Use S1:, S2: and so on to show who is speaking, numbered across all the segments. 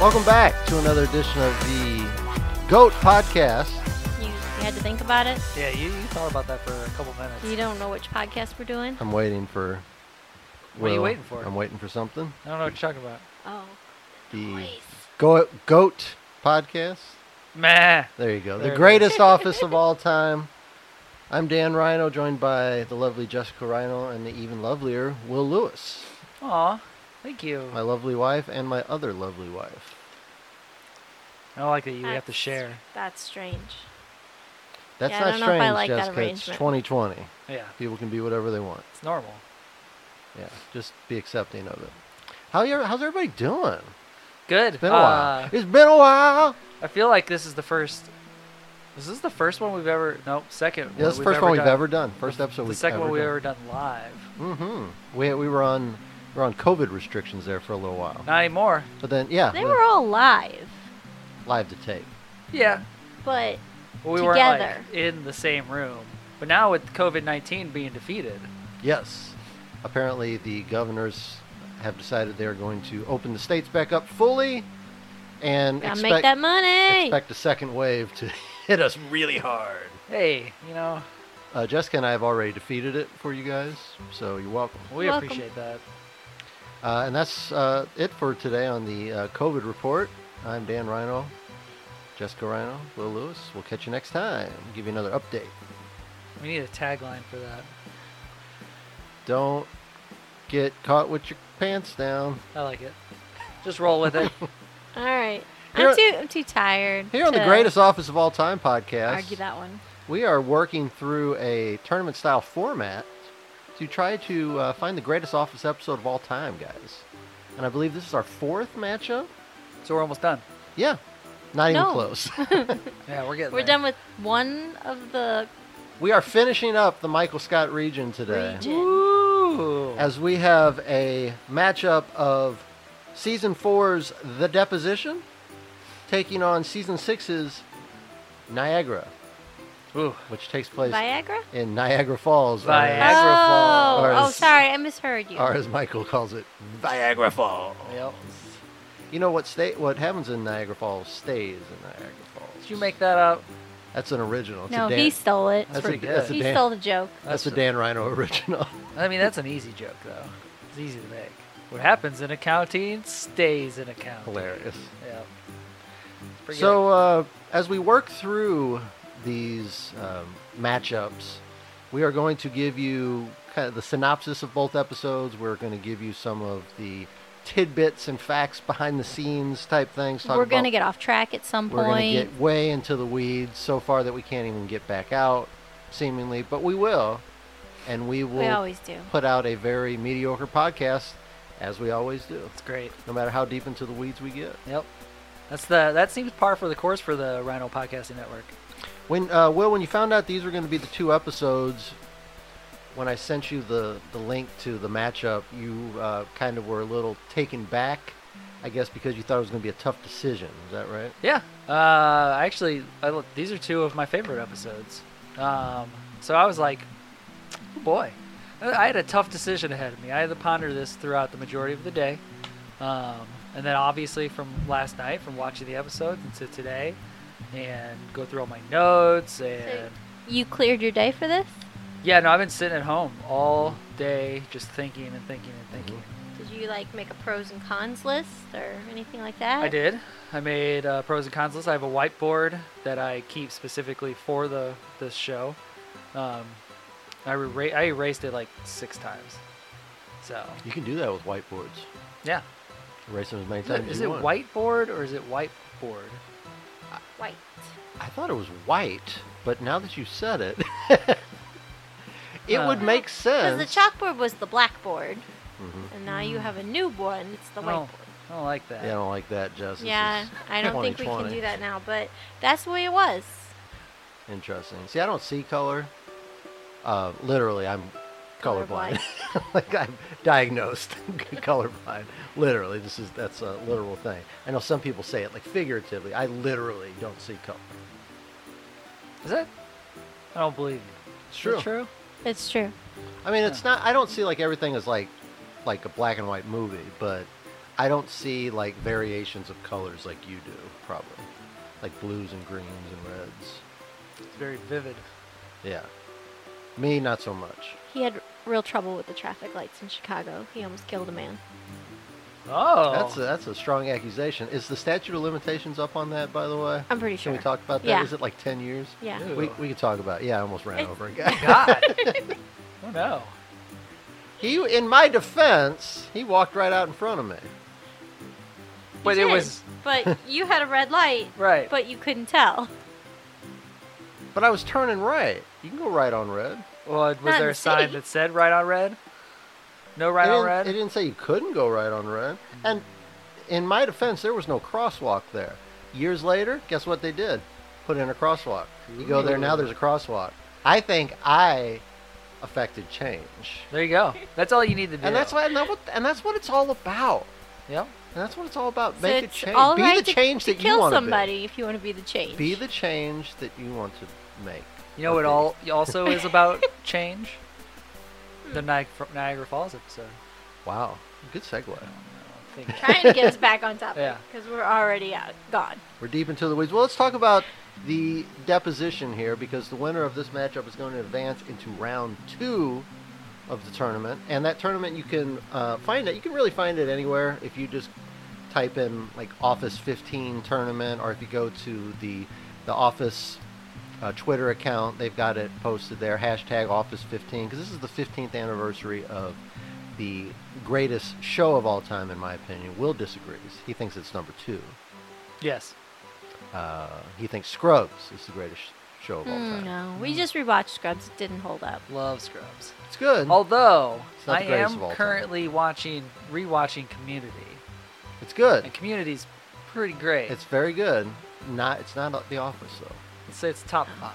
S1: Welcome back to another edition of the GOAT Podcast.
S2: You, you had to think about it.
S3: Yeah, you, you thought about that for a couple minutes.
S2: You don't know which podcast we're doing.
S1: I'm waiting for.
S3: What are you
S1: Will.
S3: waiting for?
S1: I'm waiting for something.
S3: I don't know what you're talking about.
S1: Um,
S2: Oh,
S1: The
S2: noise.
S1: Goat, Goat Podcast.
S3: Meh.
S1: There you go.
S3: There it
S1: the
S3: is.
S1: greatest office of all time. I'm Dan Rhino, joined by the lovely Jessica Rhino and the even lovelier Will Lewis,
S3: Aw, thank you.
S1: my lovely wife, and my other lovely wife.
S3: I don't like that you
S2: Oh,
S3: have to
S2: That's-
S3: share.
S2: That's strange.
S1: That's
S2: Yeah,
S1: not
S2: I don't know if I
S1: strange,
S2: like that
S1: Jessica. It's
S2: arrangement.
S1: 2020.
S3: Yeah,
S1: People can be whatever they want.
S3: it's normal.
S1: Yeah, just be accepting of it. How you? How's everybody doing?
S3: Good.
S1: It's been a
S3: Uh,
S1: while. It's been a while.
S3: I feel like this is the first. Is this the first one we've ever? No, second.
S1: Yeah, that's the first one we've ever done. First episode
S3: The
S1: we've
S3: second
S1: ever
S3: one we've
S1: done.
S3: ever done live.
S1: Mm-hmm. We we were on we were on COVID restrictions there for a little while,
S3: Not anymore.
S1: but then yeah,
S2: They
S1: the
S2: were all live,
S1: live to tape.
S3: Yeah.
S2: but
S3: Well, we weren't
S2: Together.
S3: like in the same room. But now with COVID nineteen being defeated,
S1: Yes, apparently the governors have decided they are going to open the states back up fully, and
S2: gotta
S1: expect
S2: make that money.
S1: expect a second wave to hit us really hard.
S3: hey, you know,
S1: Uh, Jessica and I have already defeated it for you guys, so you're welcome.
S3: we
S2: Welcome.
S3: appreciate that.
S1: Uh, and that's uh, it for today on the uh, COVID report. I'm Dan Rhino, Jessica Rhino, Will Lewis. We'll catch you next time. Give you another update.
S3: We need a tagline for that.
S1: Don't get caught with your pants down.
S3: I like it. Just roll with it.
S2: all right.
S1: Here-
S2: I'm too. I'm too tired.
S1: Here on the
S2: to
S1: Greatest Office of All Time podcast,
S2: Argue that one.
S1: we are working through a tournament style format to try to uh, find the greatest office episode of all time, guys. And I believe this is our fourth matchup.
S3: so we're almost done.
S1: Yeah, not even
S2: No.
S1: close.
S3: Yeah, we're getting.
S2: We're
S3: there.
S2: done with one of the
S1: we are finishing up the Michael Scott region today.
S2: Region.
S3: Ooh.
S1: as we have a matchup of season four's The Deposition taking on season six's Niagara,
S3: Ooh.
S1: which takes place
S2: Viagra.
S1: in Niagara Falls, or as-
S3: Viagra
S2: oh,
S1: Falls.
S2: oh, sorry, I misheard you.
S1: or as Michael calls it, Niagara Falls.
S3: Yep.
S1: You know what state? What happens in Niagara Falls stays in Niagara Falls.
S3: Did you make that up?
S1: That's an original. It's
S2: no,
S1: a Dan,
S2: he stole it.
S1: that's, a,
S3: pretty
S1: that's a
S2: he
S1: Dan.
S2: stole the joke.
S1: that's a Dan Rhino original.
S3: I mean, that's an easy joke though. It's easy to make. What happens in a county stays in a county.
S1: Hilarious.
S3: Yeah. Pretty
S1: So uh, as we work through these um, matchups, we are going to give you kind of the synopsis of both episodes. We're going to give you some of the tidbits and facts behind the scenes type things.
S2: We're gonna
S1: about-
S2: get off track at some
S1: We're going
S2: point.
S1: to get way into the weeds so far that we can't even get back out, seemingly, but we will, and we will
S2: we always do.
S1: put out a very mediocre podcast, as we always do,
S3: It's great.
S1: no matter how deep into the weeds we get.
S3: Yep. That's the that seems par for the course for the Rhino Podcasting Network.
S1: When uh, Will, when you found out these were going to be the two episodes, when I sent you the the link to the matchup, you uh, kind of were a little taken back, I guess, because you thought it was going to be a tough decision. Is that right?
S3: Yeah. Uh, actually, I, lo- these are two of my favorite episodes. Um, so I was like, oh boy, I I had a tough decision ahead of me. I had to ponder this throughout the majority of the day, um, and then obviously from last night, from watching the episodes to today, and go through all my notes and.
S2: You cleared your day for this?
S3: Yeah, no, I've been sitting at home all day just thinking and thinking and thinking.
S2: Did you like make a pros and cons list or anything like that?
S3: I did. I made uh, pros and cons list. I have a whiteboard that I keep specifically for the this show. Um, I, rera- I erased it like six times. So
S1: You can do that with whiteboards.
S3: yeah,
S1: Erase them as many
S3: is it,
S1: times.
S3: is
S1: as you
S3: it
S1: want.
S3: whiteboard or is it whiteboard?
S2: White.
S1: I thought it was white, but now that you said it, it
S3: Uh,
S1: would make
S2: Because the
S1: sense.
S2: chalkboard was the blackboard,
S1: Mhm.
S2: and now you have a new one. It's
S1: Oh,
S2: the
S3: No,
S2: whiteboard.
S3: I don't like that.
S1: Yeah, I don't like that, Justice.
S2: Yeah, I don't think we can do that now, but that's the way it was.
S1: Interesting. See, I don't see color. Uh, literally, I'm colorblind. like I'm diagnosed colorblind. Literally, this is that's a literal thing. I know some people say it like figuratively. I literally don't see color.
S3: Is that? I don't believe you.
S1: It's
S3: Is that true?
S2: It's true.
S1: I mean, it's not. I don't see like everything is like like a black and white movie, but I don't see like variations of colors like you do, probably, like blues and greens and reds.
S3: It's very vivid.
S1: Yeah, me not so much.
S2: He had real trouble with the traffic lights in Chicago. He almost killed a man.
S3: Oh,
S1: That's a, that's a strong accusation. Is the statute of limitations up on that, by the way?
S2: I'm pretty
S1: Can
S2: sure.
S1: we talk about that? Is
S2: Yeah.
S1: it like ten years?
S2: Yeah.
S3: Ew.
S1: We we could talk about. It. Yeah, I almost ran
S2: It's-
S1: over a guy.
S3: God. oh no.
S1: He, in my defense, he walked right out in front of me.
S2: You
S3: But it
S2: did,
S3: was
S2: But you had a red light,
S3: right.
S2: but you couldn't tell.
S1: But I was turning right. You can go right on red.
S3: well, was
S2: Not in
S3: there a
S2: the
S3: sign
S2: city.
S3: that said right on red? No right
S1: it
S3: on
S1: didn't-
S3: red.
S1: It didn't say you couldn't go right on red. And in my defense, there was no crosswalk there. Years later, guess what they did? Put in a crosswalk. You go there now.
S3: Ooh.
S1: There's a crosswalk. I think I affected change,
S3: There you go. That's all you need to do.
S1: and that's what and that what and that's what it's all about.
S3: Yep.
S1: And that's what it's all about.
S2: So
S1: Make a
S2: it's
S1: change.
S2: all
S1: be
S2: right
S1: the
S2: to-
S1: change
S2: to
S1: that you
S2: kill
S1: want
S2: somebody if you want to be the change.
S1: to be. Be the change that you want to make.
S3: You know what all also is about change? The Niagara, Niagara Falls episode.
S1: Wow, good segue.
S3: I think-
S2: trying to get us back on topic
S3: Yeah.
S2: because we're already out gone.
S1: We're deep into the weeds. Well, let's talk about the deposition here because the winner of this matchup is going to advance into round two of the tournament. And that tournament, you can uh, find it. You can really find it anywhere if you just type in like Office 15 tournament, or if you go to the the Office uh, Twitter account, they've got it posted there. Hashtag Office 15 because this is the 15th anniversary of the greatest show of all time, in my opinion. Will disagrees. He thinks it's number two.
S3: yes.
S1: Uh, he thinks Scrubs is the greatest show of all time.
S2: Mm, no, we just rewatched Scrubs. It didn't hold up.
S3: Love Scrubs.
S1: It's good.
S3: Although
S1: It's not
S3: I
S1: the greatest
S3: am
S1: of all time.
S3: currently watching, rewatching Community,
S1: It's good.
S3: and Community's pretty great.
S1: It's very good. Not. It's not The Office though.
S3: It's, it's top five.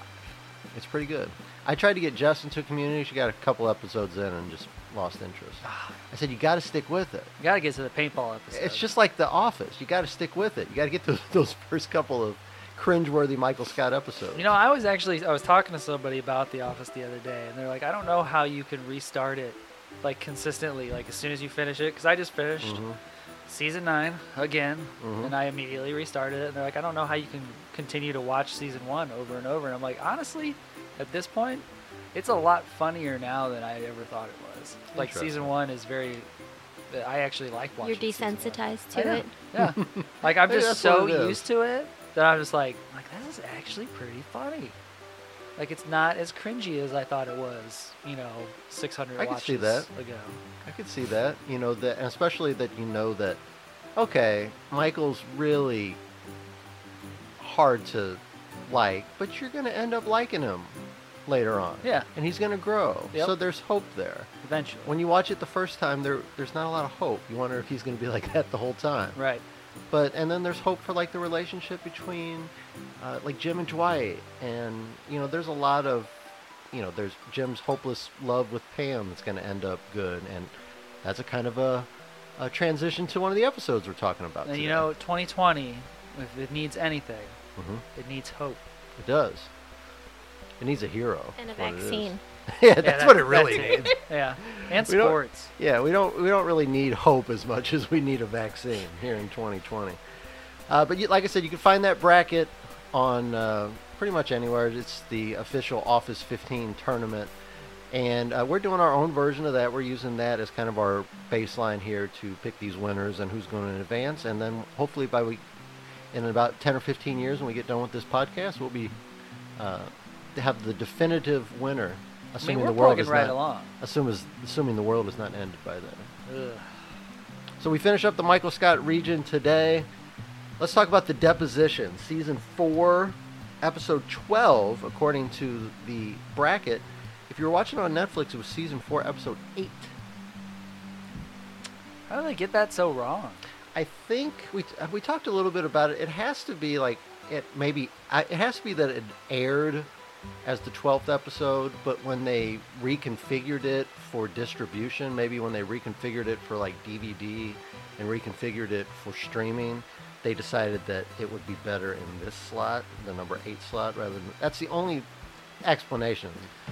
S1: It's pretty good. I tried to get Jess into Community. She got a couple episodes in and just lost interest.
S3: Ah,
S1: I said you got to stick with it.
S3: you gotta get to the paintball episode.
S1: It's just like The Office. You got to stick with it. You got to get those, those first couple of cringeworthy Michael Scott episodes.
S3: You know, I was actually I was talking to somebody about The Office the other day, and they're like, I don't know how you can restart it, like consistently, like as soon as you finish it, because I just finished
S1: Mhm.
S3: season nine again,
S1: Mhm.
S3: and I immediately restarted it, and they're like, I don't know how you can continue to watch season one over and over, and I'm like, honestly, at this point, it's a lot funnier now than I ever thought it was. Like season
S1: Interesting.
S3: one is very, I actually like watching.
S2: You're
S3: season one.
S2: desensitized
S3: I
S2: to
S3: know.
S2: it.
S3: Yeah. like I'm
S1: Maybe
S3: just
S1: that's
S3: so
S1: what it is.
S3: used to it that I'm just like, like this is actually pretty funny. Like it's not as cringy as I thought it was, you know, 600
S1: I can
S3: watches
S1: see that.
S3: ago.
S1: I could see that. You know that, and especially that you know that. Okay, Michael's really hard to like, but you're going to end up liking him later on.
S3: Yeah.
S1: and he's going to grow.
S3: Yep.
S1: So there's hope there.
S3: Eventually.
S1: When you watch it the first time, there there's not a lot of hope. You wonder if he's going to be like that the whole time.
S3: right.
S1: But and then there's hope for like the relationship between uh, like Jim and Dwight, and you know there's a lot of you know there's Jim's hopeless love with Pam that's going to end up good, and that's a kind of a, a transition to one of the episodes we're talking about.
S3: And you
S1: today.
S3: know, 2020, if it needs anything,
S1: Mhm.
S3: it needs hope.
S1: it does. It needs a hero.
S2: And a
S1: is what it is.
S2: vaccine.
S1: yeah, that's what it really
S3: that's
S1: needs.
S3: yeah. And
S1: We don't-
S3: sports.
S1: Yeah, we don't we don't really need hope as much as we need a vaccine here in 2020. Uh, but you, like I said, you can find that bracket on uh, pretty much anywhere. It's the official Office 15 tournament, and uh, we're doing our own version of that. We're using that as kind of our baseline here to pick these winners and who's going to advance, and then hopefully by we in about 10 or 15 years when we get done with this podcast, we'll be uh, to have the definitive winner.
S3: I mean,
S1: Assuming
S3: we're
S1: the world
S3: plugging
S1: is
S3: right
S1: not,
S3: along.
S1: Assume is, assuming the world is not ended by then.
S3: Ugh.
S1: So we finish up the Michael Scott region today. Let's talk about the deposition, season four, episode twelve, according to the bracket. If you were watching on Netflix, it was season four, episode eight.
S3: How do they get that so wrong?
S1: I think we we talked a little bit about it. It has to be like it maybe I- it has to be that it aired as the 12th episode, but when they reconfigured it for distribution, maybe when they reconfigured it for like DVD and reconfigured it for streaming, they decided that it would be better in this slot, the number 8 slot rather than That's the only explanation.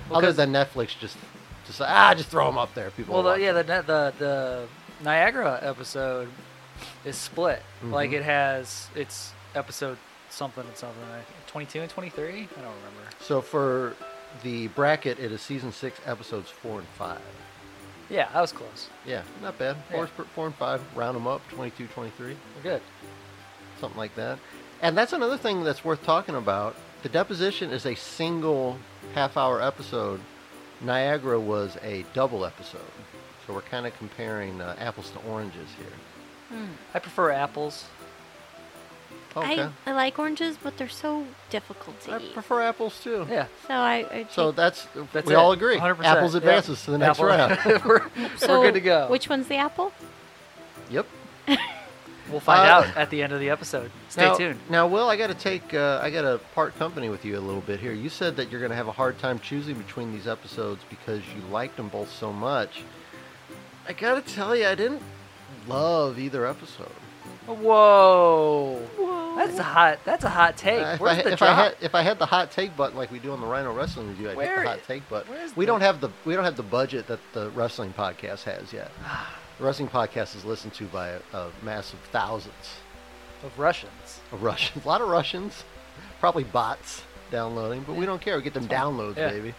S3: Well,
S1: Other
S3: 'cause-
S1: than Netflix just just ah just throw them up there people.
S3: Well,
S1: will
S3: the,
S1: watch
S3: yeah,
S1: them.
S3: the, the the the Niagara episode is split. Like
S1: Mhm.
S3: it has it's episode something and something. I think 22 and 23. I don't remember.
S1: So for the bracket, it is season six, episodes four and five.
S3: Yeah, that was close.
S1: Yeah, not bad.
S3: Yeah.
S1: Four, is per- four and five, round them up, 22, 23,
S3: We're good.
S1: something like that. And that's another thing that's worth talking about. The deposition is a single half hour episode. Niagara was a double episode. So we're kind of comparing uh, apples to oranges here.
S3: I prefer apples.
S1: Okay.
S2: I, I like oranges, but they're so difficult to
S1: I,
S2: eat.
S1: prefer apples too.
S3: Yeah.
S2: so I, I
S1: So
S2: take-
S1: that's,
S3: That's
S1: we
S3: it.
S1: all agree.
S3: 100%.
S1: Apples
S3: Yep.
S1: advances to the next
S3: Apple.
S1: round.
S3: we're,
S2: so
S3: we're good to go.
S2: Which one's the apple?
S1: yep.
S3: we'll find
S1: Uh,
S3: out at the end of the episode. Stay
S1: now,
S3: tuned.
S1: Now, Will, I got to take, uh, I got to part company with you a little bit here. You said that you're going to have a hard time choosing between these episodes because you liked them both so much. I got to tell you, I didn't love either episode.
S3: Whoa.
S2: Whoa.
S3: That's a hot. That's a hot take.
S1: Uh, if
S3: Where's
S1: I,
S3: the
S1: if
S3: drop?
S1: I had if I had the hot take button like we do on the Rhino Wrestling Review, I'd hit
S3: Where
S1: the
S3: i-
S1: hot take button.
S3: where's
S1: We
S3: the-
S1: don't have the we don't have the budget that the wrestling podcast has yet. the wrestling podcast is listened to by a, a massive thousands
S3: of Russians.
S1: of Russians, a lot of Russians, probably bots downloading, but we don't care. We get them downloads,
S3: Yeah.
S1: baby.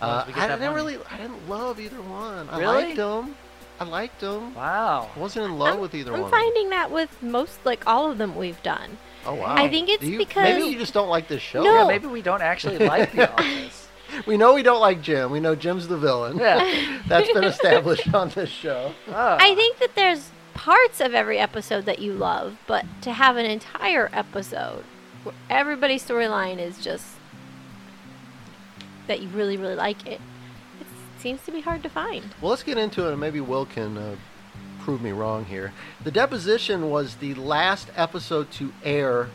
S3: As long as
S1: Uh,
S3: we get
S1: I
S3: that
S1: didn't
S3: money.
S1: really, I didn't love either one. I
S3: Really?
S1: liked them. I liked them.
S3: Wow.
S1: I wasn't in love
S2: I'm,
S1: with either
S2: I'm
S1: one. of 'em.
S2: finding that with most, like all of them we've done.
S1: Oh wow!
S2: I think it's
S1: Do you- maybe
S2: because-
S1: you just don't like this show.
S3: Yeah,
S2: No.
S3: maybe we don't actually like the office.
S1: We know we don't like Jim. We know Jim's the villain.
S3: Yeah.
S1: That's been established on this show.
S3: Oh.
S2: I think that there's parts of every episode that you love, but to have an entire episode where everybody's storyline is just that you really, really like it, it seems to be hard to find.
S1: Well, let's get into it, and maybe Will can uh, prove me wrong here. The deposition was the last episode to air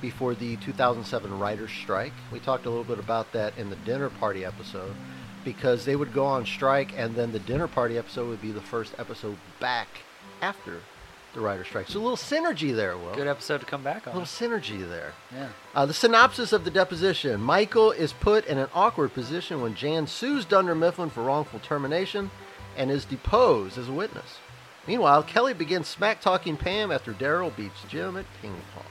S1: before the 2007 writers' strike. We talked a little bit about that in the dinner party episode because they would go on strike, and then the dinner party episode would be the first episode back after the writers' strike. So a little synergy there, Will.
S3: Good episode to come back
S1: a
S3: on.
S1: Oh. little synergy there.
S3: Yeah.
S1: Uh, the synopsis of the deposition Michael is put in an awkward position when Jan sues Dunder Mifflin for wrongful termination and is deposed as a witness. Meanwhile, Kelly begins smack talking Pam after Daryl beats Jim at ping pong.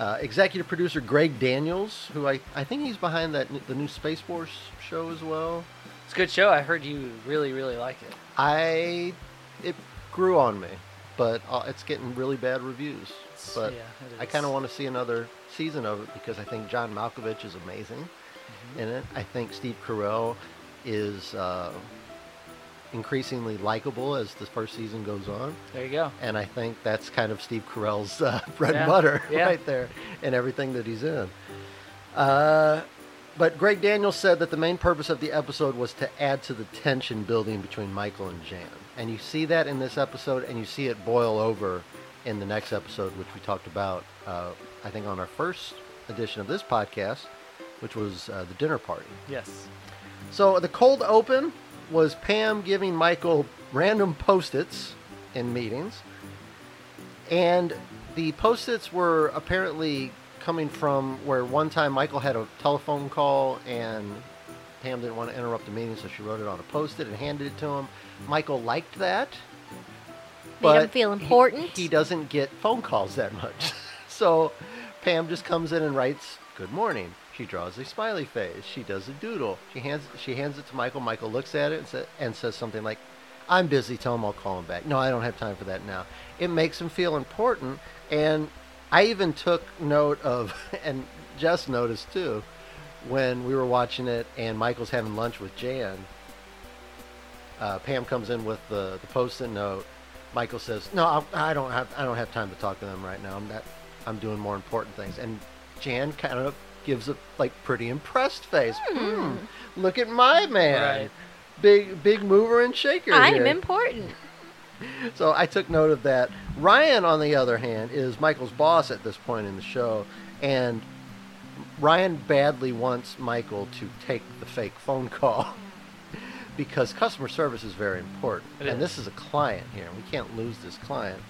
S1: Uh, executive producer Greg Daniels, who I, I think he's behind that n- the new Space Force show as well.
S3: It's a good show. I heard you really, really like it.
S1: I it grew on me, but uh, it's getting really bad reviews.
S3: It's-
S1: But
S3: yeah, it
S1: I kind of
S3: is.
S1: want to see another season of it because I think John Malkovich is amazing
S3: Mm-hmm.
S1: in it. I think Steve Carell is uh, increasingly likable as the first season goes on,
S3: There you go.
S1: and I think that's kind of Steve Carell's uh, bread
S3: Yeah,
S1: and butter
S3: yeah.
S1: right there in everything that he's in. Uh, but Greg Daniels said that the main purpose of the episode was to add to the tension building between Michael and Jan. And you see that in this episode, and you see it boil over in the next episode, which we talked about, uh, I think, on our first edition of this podcast, which was uh, the dinner party.
S3: Yes.
S1: So the cold open was Pam giving Michael random post-its in meetings. And the post-its were apparently coming from where one time Michael had a telephone call and Pam didn't want to interrupt the meeting, so she wrote it on a post-it and handed it to him. Michael liked that.
S2: Made him
S1: but
S2: feel
S1: he-
S2: important.
S1: he doesn't get phone calls that much. so Pam just comes in and writes, "Good morning." She draws a smiley face. She does a doodle. She hands she hands it to Michael. Michael looks at it and, sa- and says something like, "I'm busy. Tell him I'll call him back." No, I don't have time for that now. It makes him feel important, and I even took note of, and Jess noticed too, when we were watching it, and Michael's having lunch with Jan uh, Pam comes in with the, the post-it note. Michael says, "No, I, I don't have I don't have time to talk to them right now. I'm not, I'm doing more important things." And Jan kind of gives a like pretty impressed face. Hmm, look at my man,
S3: Right.
S1: big big mover and shaker.
S2: I'm
S1: here."
S2: important.
S1: So I took note of that. Ryan, on the other hand, is Michael's boss at this point in the show, and Ryan badly wants Michael to take the fake phone call because customer service is very important.
S3: It
S1: and
S3: is.
S1: this is a client here. We can't lose this client.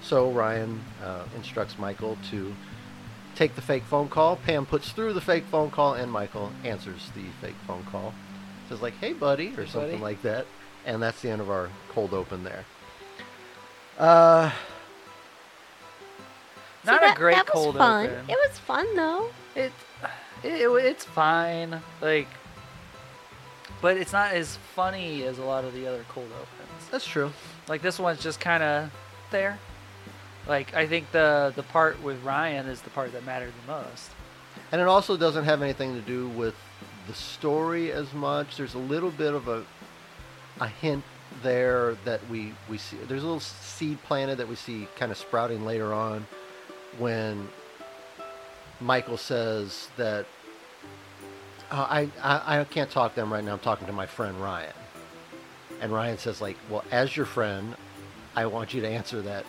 S1: So Ryan uh, instructs Michael to take the fake phone call. Pam puts through the fake phone call, and Michael answers the fake phone call. Says, like, hey, buddy, or
S3: Hey,
S1: something
S3: buddy.
S1: like that. And that's the end of our cold open there. Uh,
S2: So
S3: Not
S2: that,
S3: a great
S2: that was
S3: cold
S2: fun.
S3: open.
S2: It was fun though.
S3: It, it it's fine. Like, but it's not as funny as a lot of the other cold opens.
S1: that's true.
S3: Like this one's just kind of there. Like I think the the part with Ryan is the part that mattered the most.
S1: And it also doesn't have anything to do with the story as much. There's a little bit of a a hint there that we we see. There's a little seed planted that we see kind of sprouting later on when Michael says that "Oh, I, I I can't talk to them right now. I'm talking to my friend Ryan. And Ryan says like, "Well, as your friend, I want you to answer that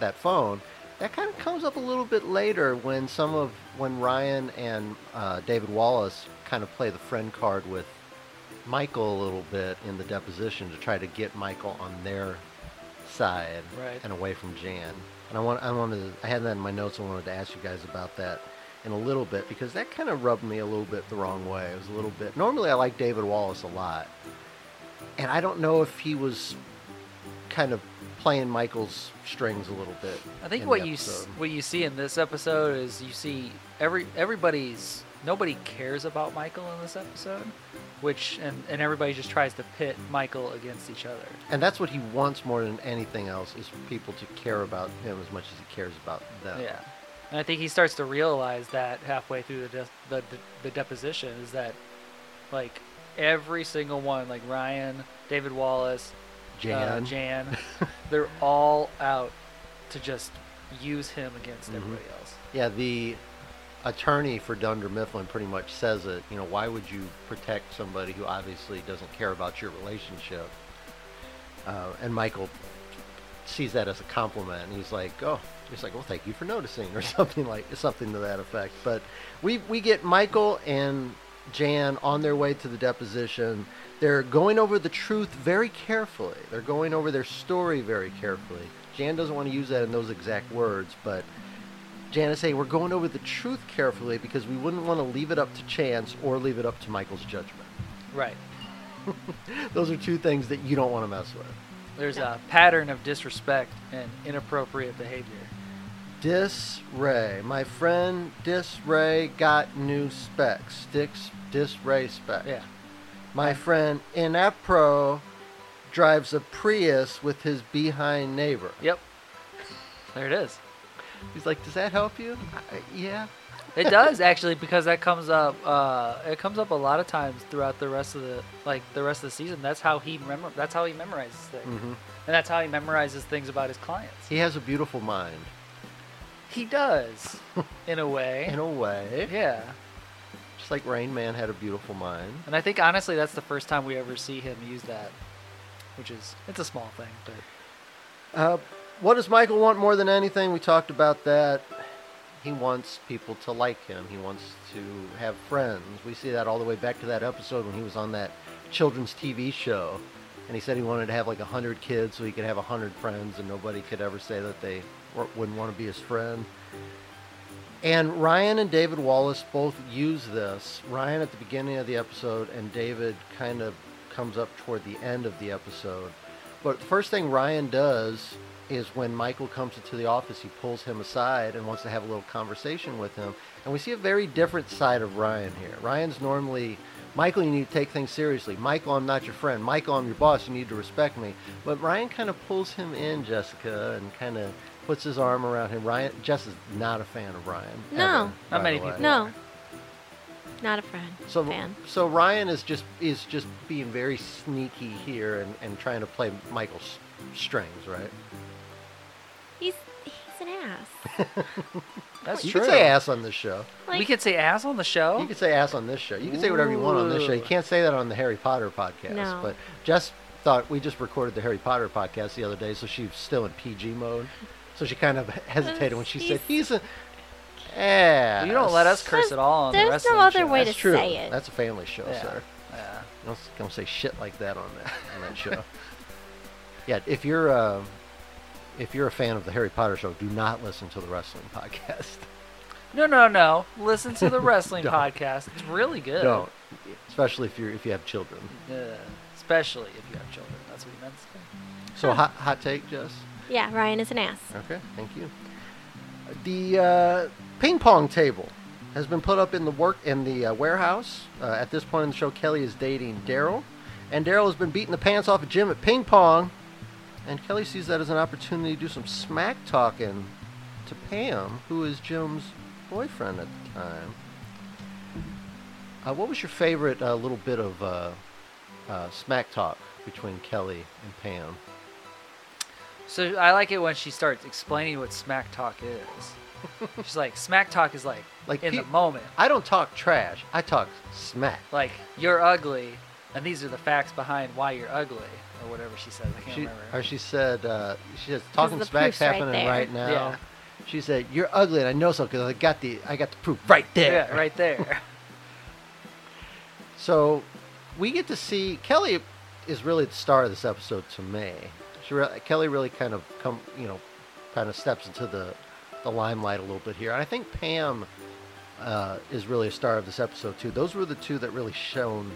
S1: that phone." That kind of comes up a little bit later when some of when Ryan and uh, David Wallace kind of play the friend card with Michael a little bit in the deposition to try to get Michael on their side
S3: Right.
S1: and away from Jan. And I want I wanted I had that in my notes. I wanted to ask you guys about that in a little bit because that kind of rubbed me a little bit the wrong way. It was a little bit. Normally I like David Wallace a lot, and I don't know if he was kind of playing Michael's strings a little bit.
S3: I think
S1: in
S3: what
S1: the
S3: you s-
S1: episode.
S3: what you see in this episode is you see every everybody's nobody cares about Michael in this episode, which and and everybody just tries to pit Michael against each other.
S1: and that's what he wants more than anything else is people to care about him as much as he cares about them.
S3: Yeah, and I think he starts to realize that halfway through the de- the, the the deposition is that like every single one like Ryan, David Wallace,
S1: Jan.
S3: uh, Jan, they're all out to just use him against
S1: Mhm.
S3: everybody else.
S1: Yeah, the attorney for Dunder Mifflin pretty much says it. You know, why would you protect somebody who obviously doesn't care about your relationship? Uh, and Michael sees that as a compliment, and he's like, "Oh, he's like, well, thank you for noticing," or something like something to that effect. But we we get Michael and Jan on their way to the deposition. They're going over the truth very carefully. They're going over their story very carefully. Jan doesn't want to use that in those exact words, but Janice, hey, we're going over the truth carefully because we wouldn't want to leave it up to chance or leave it up to Michael's judgment.
S3: Right.
S1: Those are two things that you don't want to mess with.
S3: There's a pattern of disrespect and inappropriate behavior.
S1: Disray. My friend Disray got new specs. Sticks Disray specs.
S3: Yeah.
S1: My friend Inapro drives a Prius with his behind neighbor.
S3: Yep. There it is.
S1: He's like, does that help you? I, yeah.
S3: It does actually because that comes up. Uh, it comes up a lot of times throughout the rest of the like the rest of the season. That's how he remember. That's how he memorizes things,
S1: Mhm.
S3: and that's how he memorizes things about his clients.
S1: He has a beautiful mind.
S3: He does, in a way.
S1: In a way.
S3: Yeah.
S1: Just like Rain Man had a beautiful mind.
S3: And I think honestly, that's the first time we ever see him use that, which is it's a small thing, but
S1: Uh, what does Michael want more than anything? We talked about that. He wants people to like him. He wants to have friends. We see that all the way back to that episode when he was on that children's TV show, and he said he wanted to have like a hundred kids so he could have a hundred friends, and nobody could ever say that they w- wouldn't want to be his friend. And Ryan and David Wallace both use this. Ryan at the beginning of the episode, and David kind of comes up toward the end of the episode. But the first thing Ryan does is when Michael comes into the office, he pulls him aside and wants to have a little conversation with him. And we see a very different side of Ryan here. Ryan's normally, Michael, you need to take things seriously. Michael, I'm not your friend. Michael, I'm your boss. You need to respect me. But Ryan kind of pulls him in, Jessica, and kind of puts his arm around him. Ryan, Jess is not a fan of Ryan.
S2: No.
S1: ever,
S3: Not
S1: by the
S3: many
S1: way.
S3: people.
S2: No. Not a friend.
S1: So,
S2: fan.
S1: so Ryan is just is just being very sneaky here and, and trying to play Michael's strings, right?
S2: He's he's an ass.
S3: that's
S1: you
S3: true.
S1: can say ass on this show.
S2: Like
S3: we could say ass on the show.
S1: You can say ass on this show. You can say whatever you want on this show. You
S3: Ooh.
S1: can't say that on the Harry Potter podcast.
S2: No.
S1: But Jess thought we just recorded the Harry Potter podcast the other day, so she's still in PG mode. So she kind of hesitated when she said, "He's a ass."
S3: you don't let us curse
S2: There's-
S3: at all. On the
S2: there's
S3: rest
S2: no
S3: of
S2: other
S3: the show.
S2: way
S1: That's
S2: to
S1: true.
S2: say it.
S1: That's a family show,
S3: Yeah.
S1: sir.
S3: Yeah.
S1: Don't, s- don't say shit like that on that on that show. yeah, if you're uh, if you're a fan of the Harry Potter show, do not listen to the wrestling podcast.
S3: No, no, no. Listen to the wrestling
S1: Don't.
S3: podcast. It's really good.
S1: Don't, especially if you are if you have children.
S3: Yeah. Especially if you have children. That's what he meant to say.
S1: So hot hot take, Jess.
S2: Yeah, Ryan is an ass.
S1: Okay, thank you. The uh, ping pong table has been put up in the work in the uh, warehouse. Uh, at this point in the show, Kelly is dating Daryl, and Daryl has been beating the pants off of Jim at ping pong, and Kelly sees that as an opportunity to do some smack talking to Pam, who is Jim's boyfriend at the time. Uh, what was your favorite uh, little bit of uh, uh, smack talk between Kelly and Pam?
S3: So I like it when she starts explaining what smack talk is. She's like, smack talk is like,
S1: Like
S3: in the
S1: pe-
S3: moment.
S1: I don't talk trash. I talk smack.
S3: Like, you're ugly, and these are the facts behind why you're ugly, or whatever she says. I can't
S1: She,
S3: remember.
S1: or she said, uh, she says, talking
S2: the
S1: smack's
S2: proof's right
S1: happening
S2: there."
S1: right now.
S3: Yeah.
S1: She said, you're ugly, and I know so because I got the I got the proof right there.
S3: Yeah, right there.
S1: So we get to see Kelly is really the star of this episode to me. She re- Kelly really kind of come, you know, kind of steps into the the limelight a little bit here. And I think Pam uh, is really a star of this episode too. Those were the two that really shone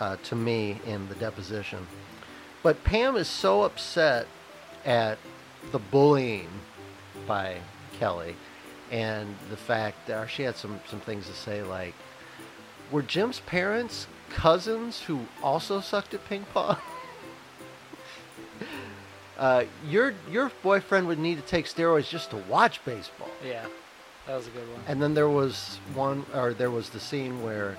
S1: uh, to me in the deposition. But Pam is so upset at the bullying by Kelly and the fact that or she had some, some things to say like, were Jim's parents cousins who also sucked at ping pong? uh, your your boyfriend would need to take steroids just to watch baseball.
S3: yeah, that was a good one.
S1: And then there was one, or there was the scene where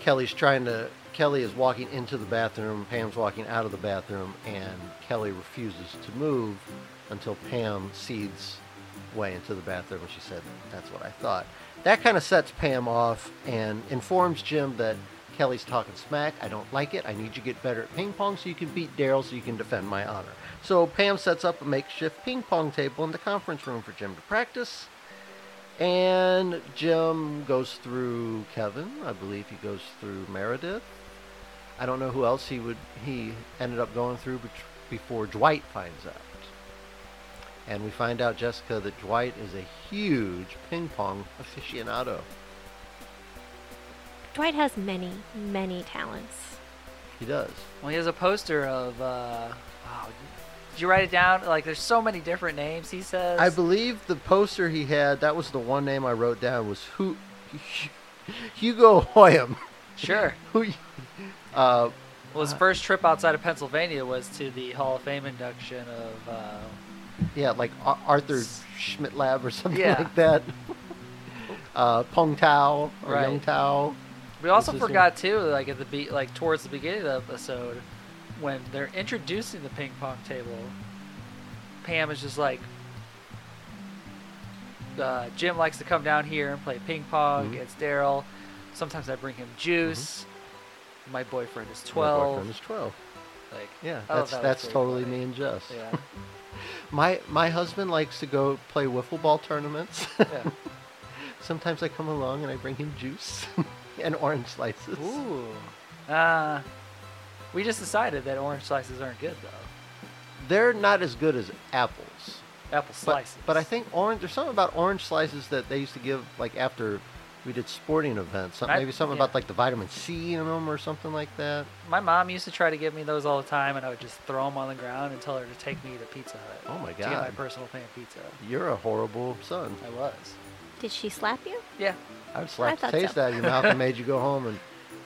S1: Kelly's trying to. Kelly is walking into the bathroom. Pam's walking out of the bathroom, and Kelly refuses to move until Pam cedes way into the bathroom. And she said, "That's what I thought." That kind of sets Pam off and informs Jim that Kelly's talking smack. I don't like it. I need you to get better at ping pong so you can beat Daryl so you can defend my honor. So Pam sets up a makeshift ping pong table in the conference room for Jim to practice. And Jim goes through Kevin. I believe he goes through Meredith. I don't know who else he would he ended up going through bet- before Dwight finds out. And we find out Jessica that Dwight is a huge ping pong aficionado.
S2: Dwight has many, many talents.
S1: He does.
S3: Well, he has a poster of. Uh, oh, did you write it down? Like, there's so many different names. He says.
S1: I believe the poster he had, that was the one name I wrote down was who Hugo Hoyam.
S3: Sure.
S1: Who uh
S3: Well, his first trip outside of Pennsylvania was to the Hall of Fame induction of. Uh,
S1: Yeah, like Ar- Arthur
S3: S-
S1: Schmidt Lab or something
S3: Yeah.
S1: like that. uh, Pong Tao or
S3: Right.
S1: Young Tao.
S3: we also
S1: What's his
S3: forgot too, like at the be- like towards the beginning of the episode, when they're introducing the ping pong table, Pam is just like. Uh, Jim likes to come down here and play ping pong
S1: Mhm.
S3: against Daryl. Sometimes I bring him juice. My boyfriend is
S1: Mm-hmm. My
S3: twelve.
S1: boyfriend is twelve.
S3: Like,
S1: Yeah,
S3: I thought
S1: that's
S3: that was
S1: that's
S3: pretty
S1: totally
S3: funny.
S1: me and Jess.
S3: Yeah,
S1: My my husband likes to go play wiffle ball tournaments.
S3: yeah.
S1: Sometimes I come along and I bring him juice and orange slices.
S3: Ooh. Uh, we just decided that orange slices aren't good though.
S1: They're not as good as apples.
S3: Apple
S1: But,
S3: slices.
S1: but I think orange. There's something about orange slices that they used to give like after we did sporting events. Some,
S3: I-
S1: maybe something
S3: yeah.
S1: about like the vitamin C in them or something like that.
S3: my mom used to try to give me those all the time, and I would just throw them on the ground and tell her to take me to Pizza Hut.
S1: Oh my
S3: To get my
S1: God.
S3: personal pan pizza.
S1: You're a horrible son.
S3: I was.
S2: Did she slap you?
S3: Yeah.
S1: I would slap the
S2: thought so.
S1: taste out of your mouth and made you go home and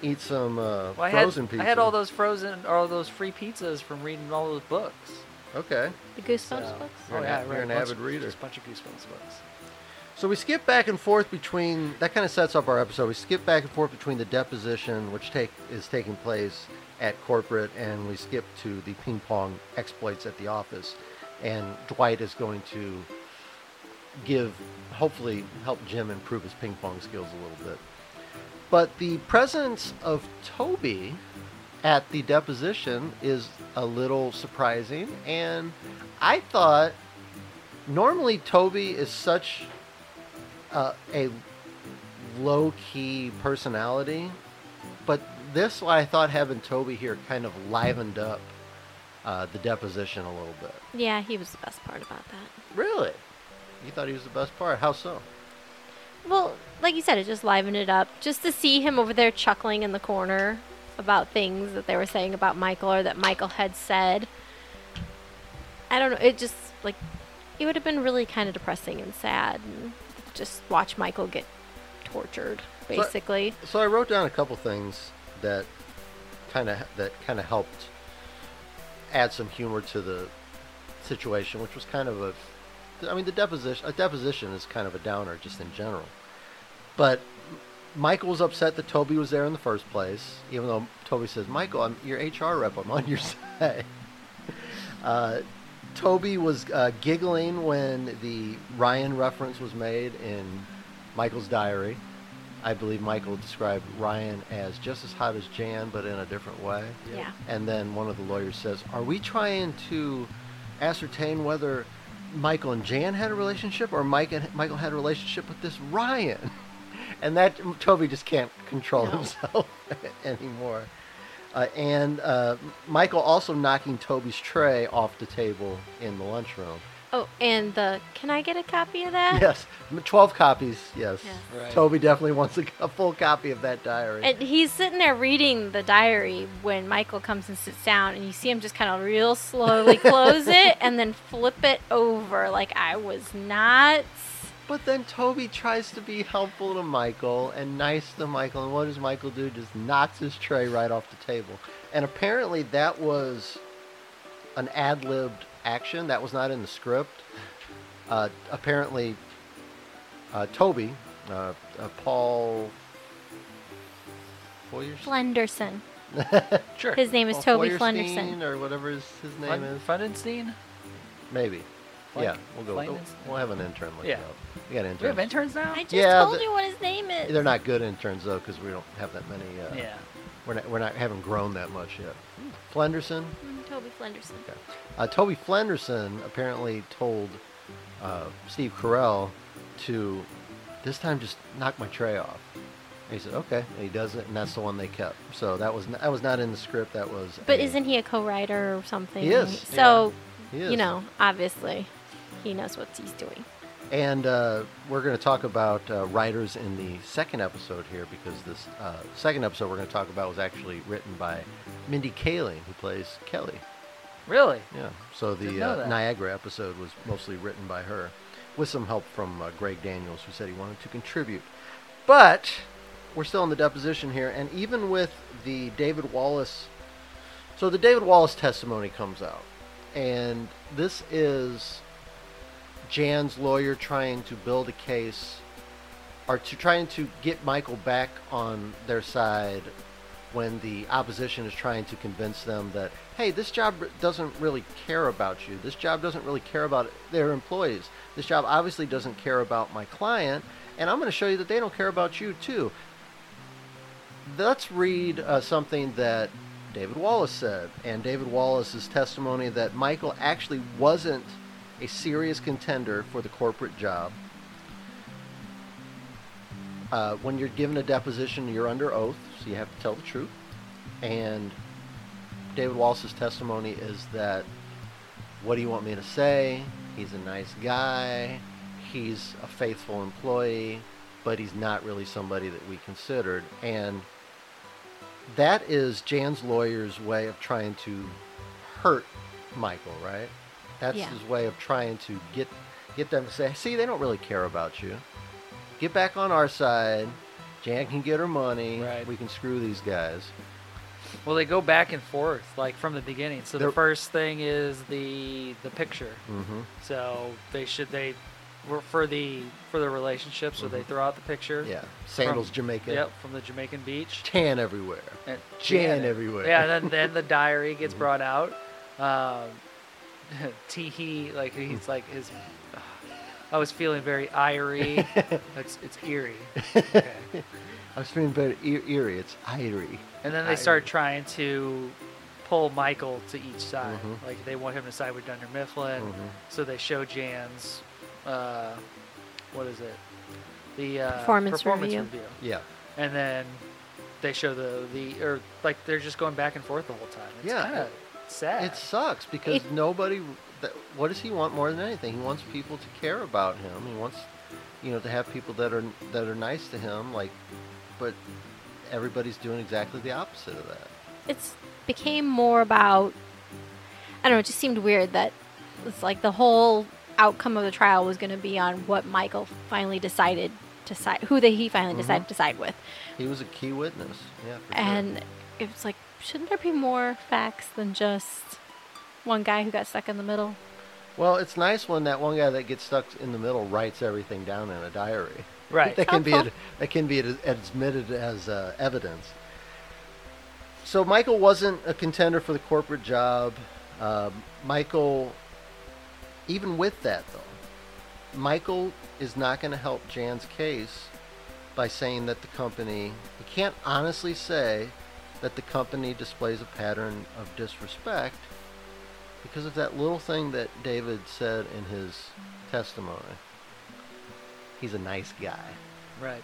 S1: eat some uh,
S3: Well, I had,
S1: frozen pizza.
S3: I had all those frozen, all those free pizzas from reading all those books.
S1: Okay.
S2: The Goosebumps
S3: So-
S2: books?
S1: You're
S3: Oh,
S1: an
S3: yeah,
S1: a-
S3: I read
S1: you're an
S3: a bunch
S1: avid
S3: of-
S1: reader.
S3: Just a bunch of Goosebumps books.
S1: So we skip back and forth between. That kind of sets up our episode. We skip back and forth between the deposition, which take is taking place at corporate, and we skip to the ping pong exploits at the office. And Dwight is going to give, hopefully, help Jim improve his ping pong skills a little bit. But the presence of Toby at the deposition is a little surprising. And I thought normally Toby is such uh, a low key personality, but this I thought having Toby here kind of livened up uh, the deposition a little bit.
S2: Yeah, he was the best part about that.
S1: Really? You thought he was the best part? How so?
S2: Well, like you said, it just livened it up. Just to see him over there chuckling in the corner about things that they were saying about Michael or that Michael had said. I don't know. It just like it would have been really kind of depressing and sad, and just watch Michael get tortured,
S1: So-
S2: basically.
S1: So I wrote down a couple things that kind of that kind of helped add some humor to the situation, which was kind of a. I mean, the deposition a deposition is kind of a downer just in general, but Michael was upset that Toby was there in the first place, even though Toby says, "Michael, I'm your HR rep. I'm on your side." Uh, Toby was uh, giggling when the Ryan reference was made in Michael's diary. I believe Michael described Ryan as just as hot as Jan, but in a different way.
S2: Yeah. Yeah.
S1: And then one of the lawyers says, "Are we trying to ascertain whether Michael and Jan had a relationship, or Mike and Michael had a relationship with this Ryan?" And that Toby just can't control
S2: No.
S1: himself anymore. Uh, and uh, Michael also knocking Toby's tray off the table in the lunchroom.
S2: Oh, and the can I get a copy of that?
S1: Yes, m- twelve copies. Yes,
S2: Yeah.
S3: Right.
S1: Toby definitely wants a, a full copy of that diary.
S2: And he's sitting there reading the diary when Michael comes and sits down, and you see him just kind of real slowly close it and then flip it over like I was nuts.
S1: but then Toby tries to be helpful to Michael and nice to Michael, and what does Michael do? Just knocks his tray right off the table. And apparently that was an ad-libbed action that was not in the script. Uh, apparently, uh, Toby, uh, uh, Paul. Foyerstein?
S2: Flenderson.
S3: Sure.
S2: His name is
S1: Paul
S2: Toby
S1: Oh, Feuerstein
S2: Flenderson.
S1: or whatever his, his name
S3: Fun-
S1: is.
S3: Fundenstein?
S1: Maybe. yeah,
S3: Flank-
S1: we'll go. We'll,
S3: Flandenstein?
S1: we'll have an intern look
S3: Yeah.
S1: it up. We got interns.
S3: We have interns now?
S2: I just
S1: Yeah,
S2: told
S1: the-
S2: you what his name is.
S1: They're not good interns though, because we don't have that many. Uh,
S3: yeah.
S1: We're not. We're not. Haven't grown that much yet. Flenderson.
S2: Mm, Toby Flenderson.
S1: Okay. Uh, Toby Flenderson apparently told uh, Steve Carell to this time just knock my tray off. And he said okay, and he does it, and that's the one they kept. So that was n- that was not in the script. That was.
S2: But
S1: a-
S2: isn't he a co-writer or something?
S1: He is.
S2: So,
S1: He is.
S2: you know, obviously, he knows what he's doing.
S1: And uh, we're going to talk about uh, writers in the second episode here because this uh, second episode we're going to talk about was actually written by Mindy Kaling, who plays Kelly.
S3: Really?
S1: Yeah. So
S3: Didn't
S1: the
S3: know
S1: uh,
S3: that.
S1: Niagara episode was mostly written by her, with some help from uh, Greg Daniels, who said he wanted to contribute. But we're still in the deposition here, and even with the David Wallace, so the David Wallace testimony comes out, and this is Jan's lawyer trying to build a case, or to trying to get Michael back on their side when the opposition is trying to convince them that hey this job r- doesn't really care about you this job doesn't really care about their employees this job obviously doesn't care about my client and i'm going to show you that they don't care about you too let's read uh, something that david wallace said and david wallace's testimony that michael actually wasn't a serious contender for the corporate job uh, when you're given a deposition, you're under oath, so you have to tell the truth. And David Wallace's testimony is that, what do you want me to say? He's a nice guy. He's a faithful employee, but he's not really somebody that we considered. And that is Jan's lawyer's way of trying to hurt Michael, right? That's
S2: Yeah.
S1: his way of trying to get get them to say, "See, they don't really care about you. Get back on our side. Jan can get her money.
S3: Right.
S1: We can screw these guys."
S3: Well, they go back and forth like from the beginning. So
S1: They're-
S3: the first thing is the the picture.
S1: Mm-hmm.
S3: So they should they were for the for the relationship. So they throw out the picture.
S1: Mm-hmm. Yeah, sandals, Jamaica.
S3: Yep, from the Jamaican beach.
S1: Tan everywhere.
S3: And
S1: Jan everywhere. Mm-hmm.
S3: Yeah, then then the diary gets brought out. Um, Teehee, like
S1: Mm.
S3: he's like his. I was feeling very eerie. it's it's eerie. Okay.
S1: I was feeling very e- eerie. It's eerie.
S3: And then they start trying to pull Michael to each side.
S1: Mhm.
S3: Like they want him to side with Dunder Mifflin.
S1: Mhm.
S3: So they show Jan's, uh, what is it? The uh,
S2: Performance review.
S1: Yeah.
S3: And then they show the the or like they're just going back and forth the whole time. It's
S1: Yeah,
S3: Kind of
S1: it-
S3: sad.
S1: It sucks because
S2: It-
S1: nobody. That, what does he want more than anything? He wants people to care about him. He wants, you know, to have people that are that are nice to him. Like, but everybody's doing exactly the opposite of that.
S2: It's became more about I don't know, it just seemed weird that it's like the whole outcome of the trial was going to be on what Michael finally decided to side, who that he finally
S1: Mhm.
S2: decided to side with,
S1: He was a key witness. Yeah. for sure.
S2: and it was like, shouldn't there be more facts than just one guy who got stuck in the middle?
S1: Well, it's nice when that one guy that gets stuck in the middle writes everything down in a diary.
S3: Right.
S1: that can be
S2: Helpful.
S1: that can be ad- admitted as uh, evidence. So Michael wasn't a contender for the corporate job. Uh, Michael, even with that though, Michael is not going to help Jan's case by saying that the company. He can't honestly say that the company displays a pattern of disrespect because of that little thing that David said in his testimony. He's a nice guy.
S3: Right.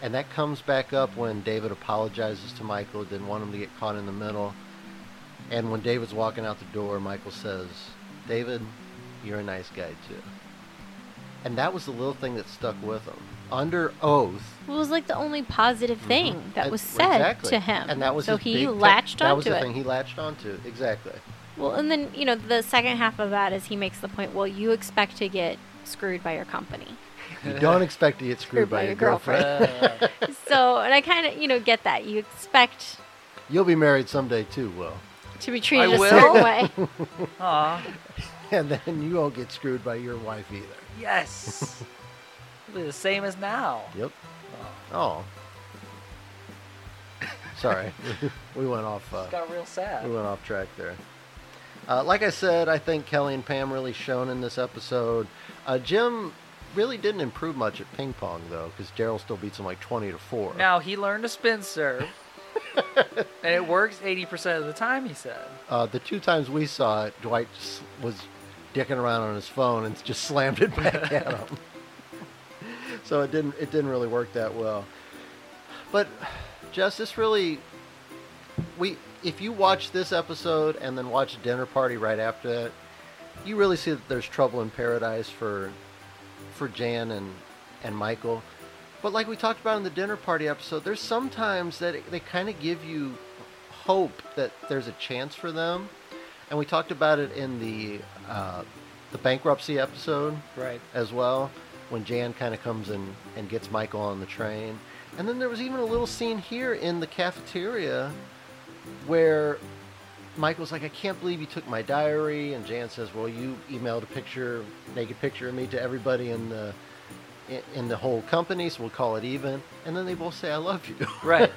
S1: And that comes back up when David apologizes to Michael, didn't want him to get caught in the middle. And when David's walking out the door, Michael says, David, you're a nice guy too. And that was the little thing that stuck with him. Under oath,
S2: It was like the only positive thing that
S1: and-
S2: was said
S1: Mm-hmm. exactly.
S2: to him.
S1: And that was
S2: so
S1: his big
S2: he
S1: te-
S2: latched
S1: That was
S2: onto
S1: the
S2: it.
S1: thing he latched onto. Exactly.
S2: Well, and then you know the second half of that is he makes the point. Well, you expect to get screwed by your company.
S1: You don't expect to get screwed by, your girlfriend.
S3: Uh,
S2: so, and I kind of you know get that. You expect
S1: You'll be married someday too, Will.
S2: to be treated a
S3: will.
S2: certain way.
S3: aw.
S1: And then you won't get screwed by your wife either.
S3: Yes. It'll be the same as now.
S1: Yep. Oh. Sorry. we went off uh,
S3: It got real sad.
S1: we went off track there. Uh, like I said, I think Kelly and Pam really shone in this episode. Uh, Jim really didn't improve much at ping pong though, because Daryl still beats him like twenty to four.
S3: Now he learned to spin serve, and it works eighty percent of the time. He said,
S1: Uh, the two times we saw it, Dwight s was dicking around on his phone and just slammed it back at him. so it didn't it didn't really work that well. But Jess, this really we if you watch this episode and then watch Dinner Party right after that, you really see that there's trouble in paradise for for Jan and and Michael. But like we talked about in the Dinner Party episode, there's sometimes that it, they kind of give you hope that there's a chance for them. And we talked about it in the uh, the bankruptcy episode
S3: "Right,
S1: as well when Jan kind of comes in and gets Michael on the train. And then there was even a little scene here in the cafeteria where Michael's like, I can't believe you took my diary. And Jan says, Well, you emailed a picture, naked picture of me to everybody in the in- in the whole company, so we'll call it even. And then they both say, I love you.
S3: right,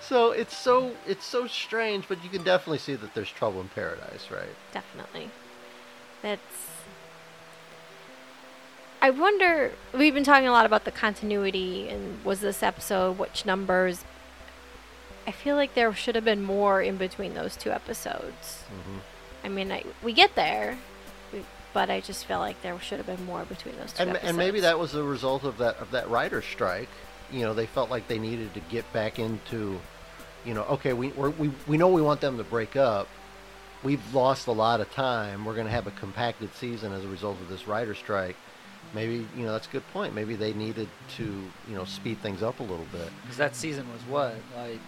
S1: so it's so it's so strange, but you can definitely see that there's trouble in paradise, right?
S2: Definitely. That's. I wonder. We've been talking a lot about the continuity and was this episode which numbers. I feel like there should have been more in between those two episodes.
S1: Mm-hmm.
S2: I mean, I, we get there, we, but I just feel like there should have been more between those two
S1: and,
S2: episodes.
S1: and maybe that was the result of that of that writer strike. You know, they felt like they needed to get back into, you know, okay, we we're, we we know we want them to break up. We've lost a lot of time. We're going to have a compacted season as a result of this writer strike. Maybe you know that's a good point. Maybe they needed to you know speed things up a little bit.
S3: because that season was what like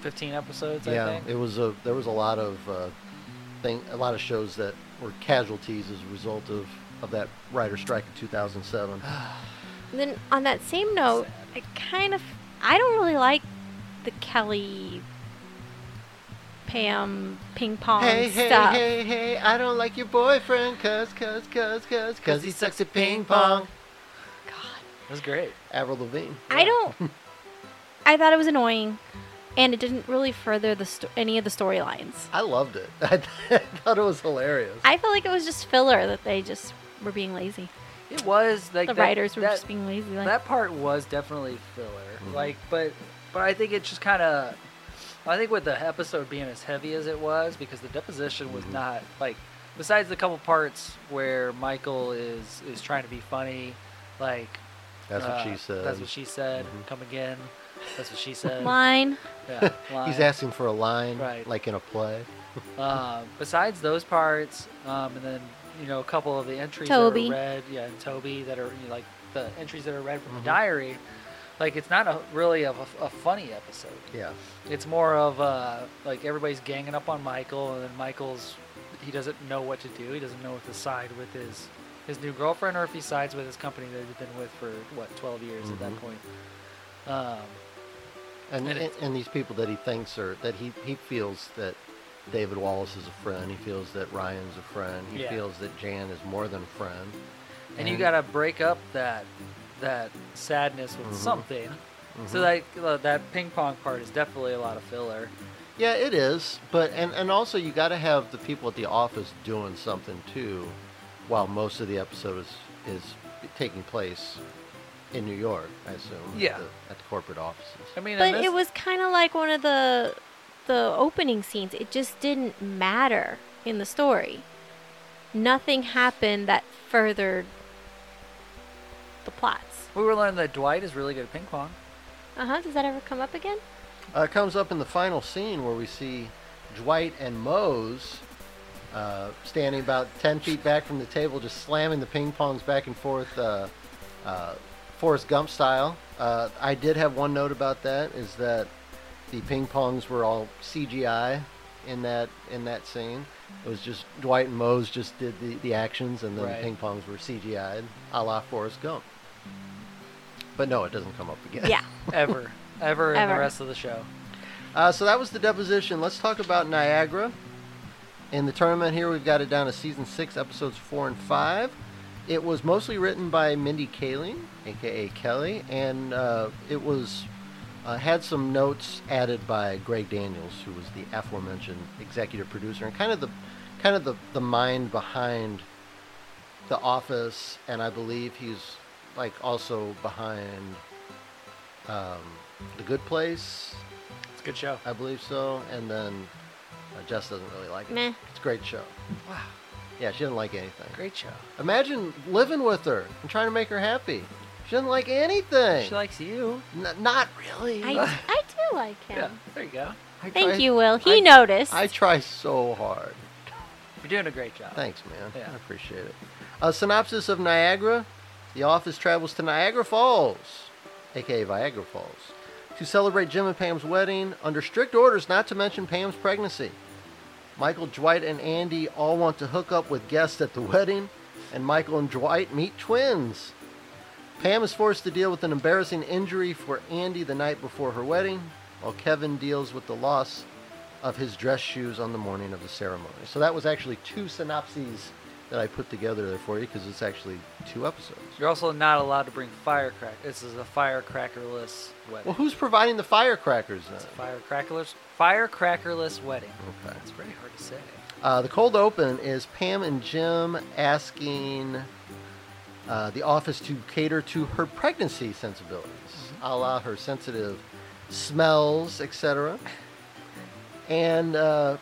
S3: fifteen episodes. I
S1: yeah,
S3: think.
S1: it was a there was a lot of uh, thing a lot of shows that were casualties as a result of of that writer strike in 2007.
S2: And then on that same note, I kind of I don't really like the Kelly Pam ping pong
S1: Hey, hey,
S2: stuff.
S1: hey, hey, I don't like your boyfriend, cuz, cuz, cuz, cuz, cuz he sucks at ping pong.
S2: God.
S3: it was great.
S1: Avril Lavigne.
S2: I don't I thought it was annoying and it didn't really further the sto- any of the storylines.
S1: I loved it. I, thought it was hilarious.
S2: I feel like it was just filler that they just were being lazy.
S3: It was like
S2: the
S3: that-
S2: writers were
S3: that-
S2: just being lazy. Like,
S3: that part was definitely filler
S1: Mhm.
S3: like but but i think it just kind of i think with the episode being as heavy as it was because the deposition was
S1: Mhm.
S3: not like besides the couple parts where michael is is trying to be funny like
S1: Ah, That's what
S3: uh,
S1: she said.
S3: that's what she said
S1: Mhm.
S3: come again that's what she said
S2: line.
S3: yeah,
S1: He's
S3: line.
S1: asking for a line,
S3: Right.
S1: like in a play.
S3: Um, besides those parts, um, and then you know a couple of the entries
S2: Toby.
S3: that are read, yeah, and Toby that are you know, like the entries that are read from
S1: Mhm.
S3: the diary. Like it's not a really a, a funny episode.
S1: Yeah.
S3: It's more of uh, like everybody's ganging up on Michael, and then Michael's he doesn't know what to do. He doesn't know what to side with his his new girlfriend or if he sides with his company that he's been with for what 12 years at that
S1: Mhm.
S3: point. Um,
S1: And,
S3: And
S1: and,
S3: it's-
S1: and these people that he thinks are that he, he feels that David Wallace is a friend. He feels that Ryan's a friend. He
S3: Yeah.
S1: feels that Jan is more than a friend.
S3: and you gotta break up that that sadness with
S1: Mhm.
S3: something. So
S1: Mhm.
S3: like uh, that ping pong part is definitely a lot of filler.
S1: Yeah, it is. But and and also you got to have the people at the office doing something too, while most of the episode is is taking place in New York. I assume. at
S3: Yeah.
S1: the- At the, corporate offices.
S3: I mean, and
S2: But
S3: this-
S2: it was kind of like one of the the opening scenes. It just didn't matter in the story. Nothing happened that furthered the plots.
S3: we were learning that Dwight is really good at ping pong.
S2: Uh huh. Does that ever come up again?
S1: Uh, it comes up in the final scene where we see Dwight and Mose uh, standing about 10 feet back from the table, just slamming the ping pongs back and forth, uh, uh, Forrest Gump style. Uh, I did have one note about that is that the ping pongs were all CGI in that in that scene. It was just Dwight and Mose just did the, the actions, and then
S3: Right.
S1: the ping pongs were CGI'd, a la Forrest Gump. But no, it doesn't come up again.
S2: Yeah.
S3: Ever, ever, in the
S2: Ever.
S3: rest of the show.
S1: Uh, so that was the deposition. Let's talk about Niagara. In the tournament here, we've got it down to season six, episodes four and five. It was mostly written by Mindy Kaling, aka Kelly, and uh, it was uh, had some notes added by Greg Daniels, who was the aforementioned executive producer and kind of the kind of the, the mind behind The Office, and I believe he's like also behind um, The Good Place
S3: It's a good show.
S1: I believe so. And then uh, Jess doesn't really like it.
S2: Meh.
S1: It's a great show.
S3: Wow,
S1: Yeah, she doesn't like anything.
S3: great show.
S1: Imagine living with her and trying to make her happy. She doesn't like anything.
S3: She likes you.
S1: N- not really.
S2: I, I do like him.
S3: Yeah, there you go.
S1: I
S2: Thank
S1: try-
S2: you, Will. He
S1: I-
S2: noticed.
S1: I try so hard.
S3: You're doing a great job.
S1: Thanks, man.
S3: Yeah.
S1: I appreciate it. A synopsis of Niagara. The office travels to Niagara Falls, aka Viagra Falls, to celebrate Jim and Pam's wedding under strict orders not to mention Pam's pregnancy. Michael, Dwight, and Andy all want to hook up with guests at the wedding, and Michael and Dwight meet twins. Pam is forced to deal with an embarrassing injury for Andy the night before her wedding, while Kevin deals with the loss of his dress shoes on the morning of the ceremony. So that was actually two synopses that I put together there for you because it's actually two episodes.
S3: You're also not allowed to bring firecrackers. This is a firecrackerless wedding.
S1: Well, who's providing the firecrackers then?
S3: It's a firecrackerless, firecrackerless wedding.
S1: Okay.
S3: It's very hard to say.
S1: Uh, the cold open is Pam and Jim asking uh, the office to cater to her pregnancy sensibilities, a la her sensitive smells, etc. And uh,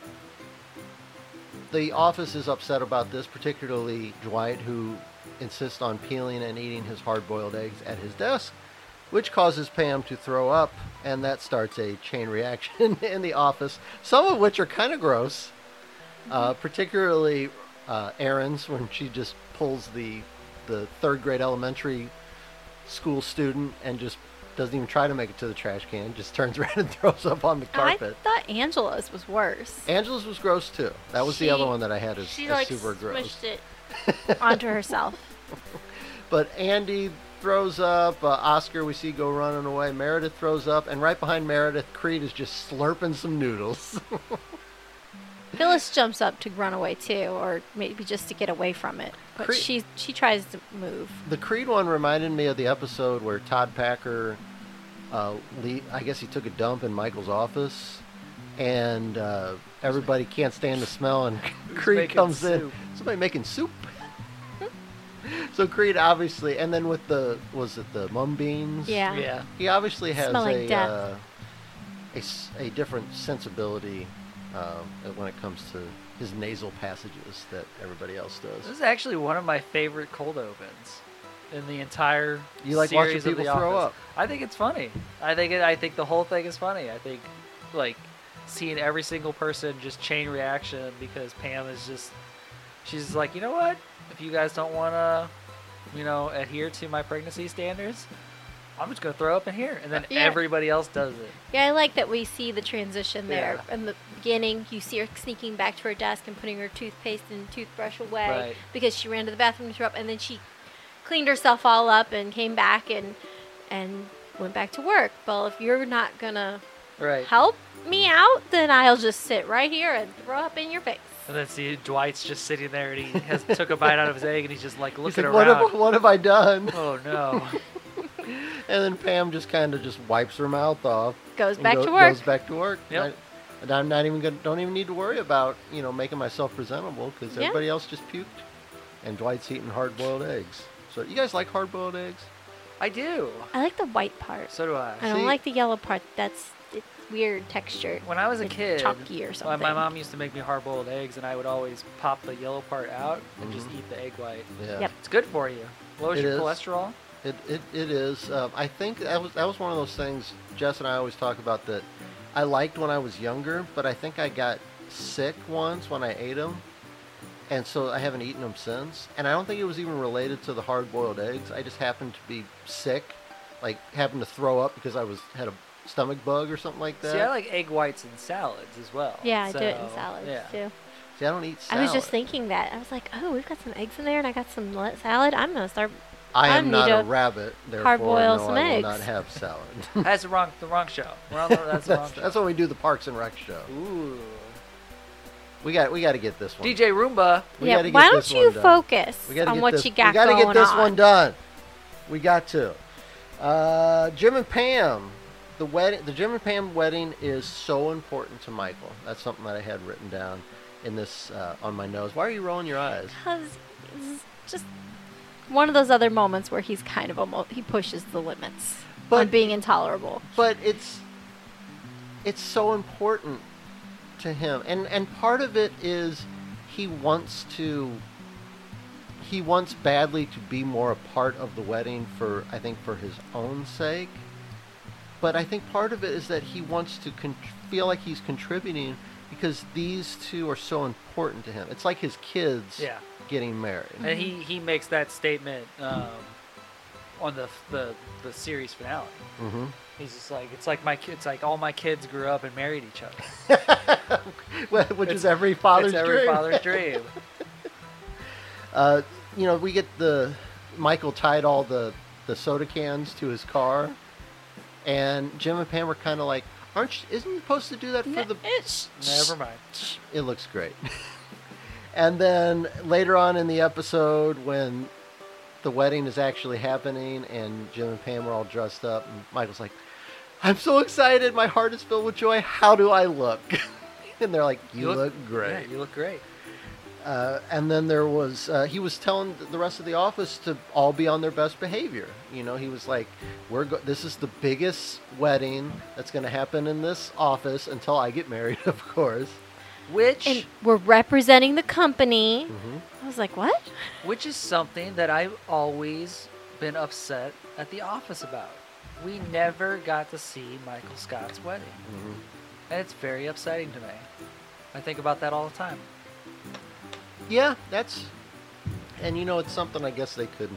S1: the office is upset about this, particularly Dwight, who insists on peeling and eating his hard boiled eggs at his desk, which causes Pam to throw up, and that starts a chain reaction in the office, some of which are kind of gross, uh, particularly uh, Erin's when she just pulls the, the third grade elementary school student and just doesn't even try to make it to the trash can, just turns around and throws up on the
S2: I
S1: carpet.
S2: thought Angela's was worse.
S1: Angela's was gross too. That was
S2: She-
S1: the other one that I had as,
S2: she
S1: as
S2: like
S1: super gross.
S2: smushed it onto herself.
S1: But Andy throws up. Uh, Oscar we see go running away. Meredith throws up, and right behind Meredith, Creed is just slurping some noodles.
S2: Phyllis jumps up to run away too, or maybe just to get away from it. But
S1: Cre-
S2: she she tries to move.
S1: the Creed one reminded me of the episode where Todd Packer, uh, le- I guess he took a dump in Michael's office, and uh, everybody can't stand the smell, and Creed
S3: making
S1: comes in.
S3: soup?
S1: Somebody making soup. so Creed obviously, and then with the was it the mum beans?
S2: Yeah.
S3: Yeah.
S1: He obviously has
S2: Smelling
S1: a,
S2: death.
S1: uh, a s- a different sensibility um, when it comes to his nasal passages that everybody else
S3: This
S1: does.
S3: is actually one of my favorite cold opens in the entire.
S1: You like watching
S3: series of
S1: people
S3: The
S1: throw
S3: Office. I think it's funny. I think it, I think the whole thing is funny. I think like seeing every single person just chain reaction because Pam is just she's like, you know what? If you guys don't want to, you know, adhere to my pregnancy standards, I'm just gonna throw up in here, and then
S2: Yeah.
S3: everybody else does it.
S2: Yeah, I like that we see the transition there.
S3: Yeah.
S2: In the beginning, you see her sneaking back to her desk and putting her toothpaste and toothbrush away
S3: Right.
S2: because she ran to the bathroom to throw up, and then she cleaned herself all up and came back and and went back to work. Well, if you're not gonna
S3: Right.
S2: help me out, then I'll just sit right here and throw up in your face.
S3: and then see Dwight's just sitting there, and he has took a bite out of his egg, and he's just like
S1: He's
S3: looking
S1: like, what
S3: around.
S1: have, what have I done?
S3: oh no.
S1: And then Pam just kind of just wipes her mouth off.
S2: Goes
S1: and
S2: back
S1: go-
S2: to work.
S1: Goes back to work.
S3: Yep.
S1: And I- And I'm not even gonna, don't even need to worry about, you know, making myself presentable because
S2: Yeah.
S1: everybody else just puked. And Dwight's eating hard boiled eggs. So you guys like hard boiled eggs?
S3: I do.
S2: I like the white part.
S3: So do I.
S2: I don't
S1: See-
S2: like the yellow part. That's it's weird texture.
S3: When I was a
S2: It's
S3: kid,
S2: chalky or
S3: my- my
S2: something.
S3: mom used to make me hard-boiled eggs, and I would always pop the yellow part out and just
S1: Mhm.
S3: eat the egg white.
S1: Yeah.
S2: Yep.
S3: It's good for you. Lowers
S1: It
S3: your
S1: is.
S3: cholesterol.
S1: It, it, it is. Um, I think that was that was one of those things Jess and I always talk about that I liked when I was younger, but I think I got sick once when I ate them, and so I haven't eaten them since. And I don't think it was even related to the hard-boiled eggs. I just happened to be sick, like happened to throw up because I was had a stomach bug or something like that.
S3: See, I like egg whites in salads as well.
S2: Yeah, I do it in
S3: so,
S2: salads
S3: yeah.
S2: too.
S1: See, I don't eat.
S2: I
S1: Salad.
S2: was just thinking that. I was like, oh, we've got some eggs in there, and I got some le- salad. I'm gonna start.
S1: I
S2: I
S1: am
S2: need
S1: not a
S2: to
S1: rabbit, therefore
S2: hard-boil
S1: no,
S2: some
S1: I will
S2: eggs.
S1: not have salad.
S3: That's the wrong, the wrong show. We're on the, that's the wrong
S1: that's,
S3: show.
S1: that's when we do the Parks and Rec show.
S3: Ooh.
S1: We got we got to get this one.
S3: DJ Roomba.
S1: We
S2: yeah.
S1: gotta get
S2: Why
S1: this
S2: don't
S1: one
S2: you
S1: done.
S2: focus
S1: We gotta
S2: on
S1: get
S2: what
S1: this,
S2: you got
S1: We gotta
S2: going
S1: get this
S2: on?
S1: one done. We got to. Uh, Jim and Pam, the wedding, the Jim and Pam wedding is so important to Michael. That's something that I had written down in this uh, on my nose. Why are you rolling your eyes?
S2: 'Cause it's just one of those other moments where he's kind of almost he pushes the limits on
S1: But-
S2: being intolerable.
S1: But it's it's so important to him, and and part of it is he wants to he wants badly to be more a part of the wedding for I think for his own sake. But I think part of it is that he wants to con- feel like he's contributing because these two are so important to him. It's like his kids
S3: Yeah.
S1: getting married.
S3: And
S2: Mm-hmm.
S3: he, he makes that statement um, on the, the the series finale.
S1: hmm
S3: He's just like it's like my kids like all my kids grew up and married each other.
S1: Which is every father's
S3: it's every
S1: dream.
S3: father's dream.
S1: Uh, you know, we get the Michael tied all the the soda cans to his car, and Jim and Pam are kind of like, "Aren't you, isn't you supposed to do that for
S2: No,
S1: the?"
S2: it's-
S3: Never mind.
S1: It looks great. and then later on in the episode, when the wedding is actually happening, and Jim and Pam are all dressed up, and Michael's like, "I'm so excited! My heart is filled with joy. How do I look?" and they're like, "You, look, great."
S3: Yeah, you look great.
S1: Uh, and then there was uh, he was telling the rest of the office to all be on their best behavior. You know, he was like, "We're go- this is the biggest wedding that's going to happen in this office until I get married, of course."
S3: Which
S2: And we're representing the company.
S1: Mhm.
S2: I was like, what?
S3: which is something that I've always been upset at the office about. We never got to see Michael Scott's wedding. And it's very upsetting to me. I think about that all the time.
S1: Yeah, that's and you know it's something I guess they could.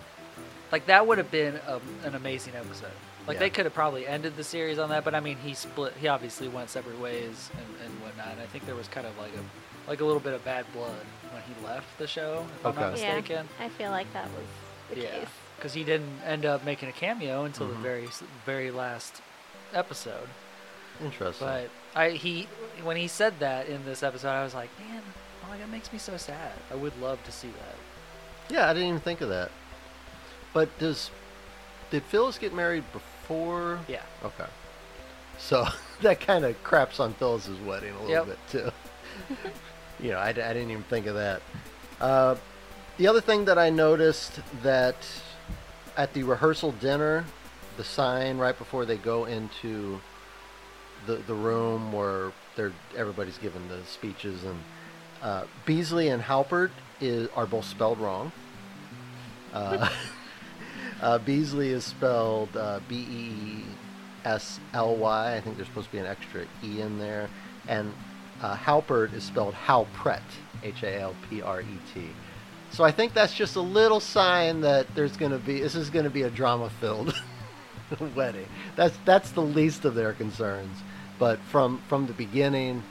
S3: Like that would have been a, an amazing episode. Like
S1: Yeah.
S3: they could have probably ended the series on that, but I mean, he split. He obviously went separate ways and, and whatnot. And I think there was kind of like a like a little bit of bad blood when he left the show, if I'm not
S1: Okay.
S2: Yeah.
S3: mistaken.
S2: I feel like that was the case.
S3: because he didn't end up making a cameo until
S1: Mhm.
S3: the very s- very last episode.
S1: Interesting.
S3: But I he when he said that in this episode, I was like, man, oh my god, makes me so sad. I would love to see that.
S1: Yeah, I didn't even think of that. But does did Phyllis get married before?
S3: Yeah,
S1: Okay. So that kind of craps on Phyllis's wedding a little
S3: Yep.
S1: bit too. you know, I, I didn't even think of that. Uh, the other thing that I noticed that at the rehearsal dinner, the sign right before they go into the the room where they're everybody's giving the speeches and uh, Beasley and Halpert is, are both spelled wrong. Uh, uh, Beasley is spelled uh, B E S L Y. I think there's supposed to be an extra E in there. And uh, Halpert is spelled Halpret, H A L P R E T. So I think that's just a little sign that there's going to be, this is going to be a drama filled wedding. That's that's the least of their concerns. But from from the beginning,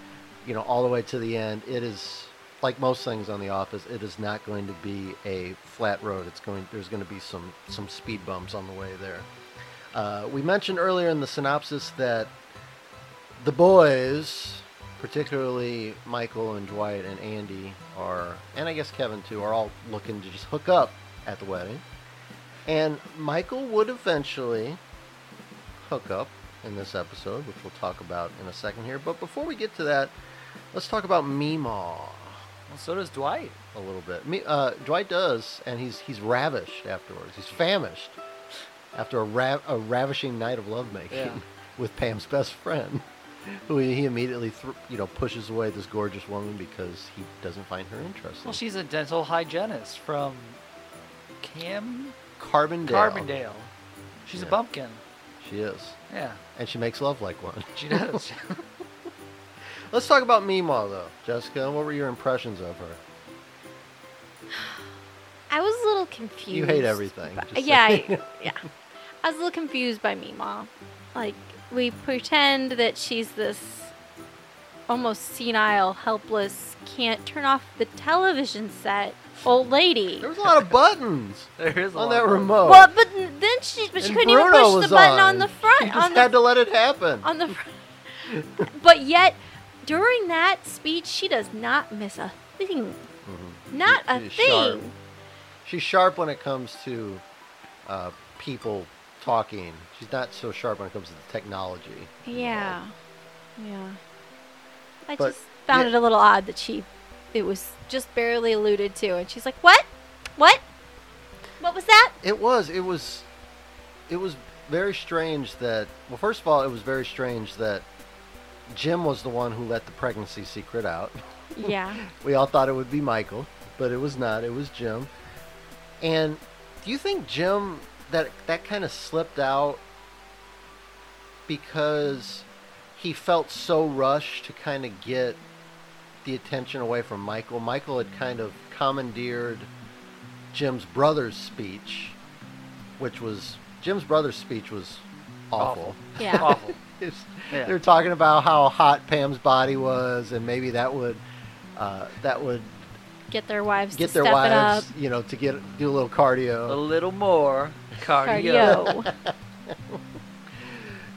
S1: you know, all the way to the end, it is like most things on the office. It is not going to be a flat road. It's going there's going to be some some speed bumps on the way there. Uh, we mentioned earlier in the synopsis that the boys, particularly Michael and Dwight and Andy, are, and I guess Kevin too, are all looking to just hook up at the wedding. And Michael would eventually hook up in this episode, which we'll talk about in a second here. But before we get to that, let's talk about Meemaw
S3: Well, so does Dwight.
S1: a little bit. Me, uh, Dwight does, and he's he's ravished afterwards. He's famished after a, ra- a ravishing night of lovemaking
S3: Yeah.
S1: with Pam's best friend, who he immediately thr you know pushes away this gorgeous woman because he doesn't find her interesting.
S3: Well, she's a dental hygienist from Cam
S1: Carbondale.
S3: Carbondale. She's
S1: Yeah.
S3: a bumpkin.
S1: She is,
S3: Yeah,
S1: and she makes love like one.
S3: she does.
S1: Let's talk about Meemaw though, Jessica. What were your impressions of her?
S2: I was a little confused.
S1: You hate everything.
S2: by-
S1: just
S2: yeah,
S1: saying.
S2: I, yeah. I was a little confused by Meemaw. Like we pretend that she's this almost senile, helpless, can't turn off the television set old lady.
S1: there was a lot of buttons
S3: there is a
S1: on
S3: lot
S1: that
S3: of-
S1: remote.
S2: Well, but n- then she, but she
S1: Oh. And
S2: couldn't
S1: Bruno
S2: even push
S1: was
S2: the button on, the
S1: She
S2: front.
S1: just
S2: On
S1: had
S2: the,
S1: to let it happen.
S2: on the front. but yet, during that speech, she does not miss a thing. Not a
S1: She's
S2: thing.
S1: Mm-hmm. sharp. She's sharp when it comes to uh, people talking. She's not so sharp when it comes to the technology.
S2: Yeah. Yeah. I
S1: But-
S2: just found
S1: yeah.
S2: it a little odd that she it was just barely alluded to and she's like, "What? What? What was that?"
S1: It was. It was. It was very strange that. Well, first of all, it was very strange that Jim was the one who let the pregnancy secret out.
S2: Yeah.
S1: We all thought it would be Michael, but it was not. It was Jim. And do you think Jim that that kind of slipped out because he felt so rushed to kind of get the attention away from Michael? Michael had kind of commandeered Jim's brother's speech, which was Jim's brother's speech was awful.
S3: Awful.
S2: Yeah.
S3: Awful.
S1: It's-
S3: Yeah.
S1: they were talking about how hot Pam's body was, and maybe that would uh, that would
S2: Get their wives
S1: get
S2: to
S1: their
S2: step
S1: wives,
S2: it
S1: you know, to get do a little
S3: A
S1: cardio.
S3: little more
S2: up.
S3: cardio.
S2: Cardio.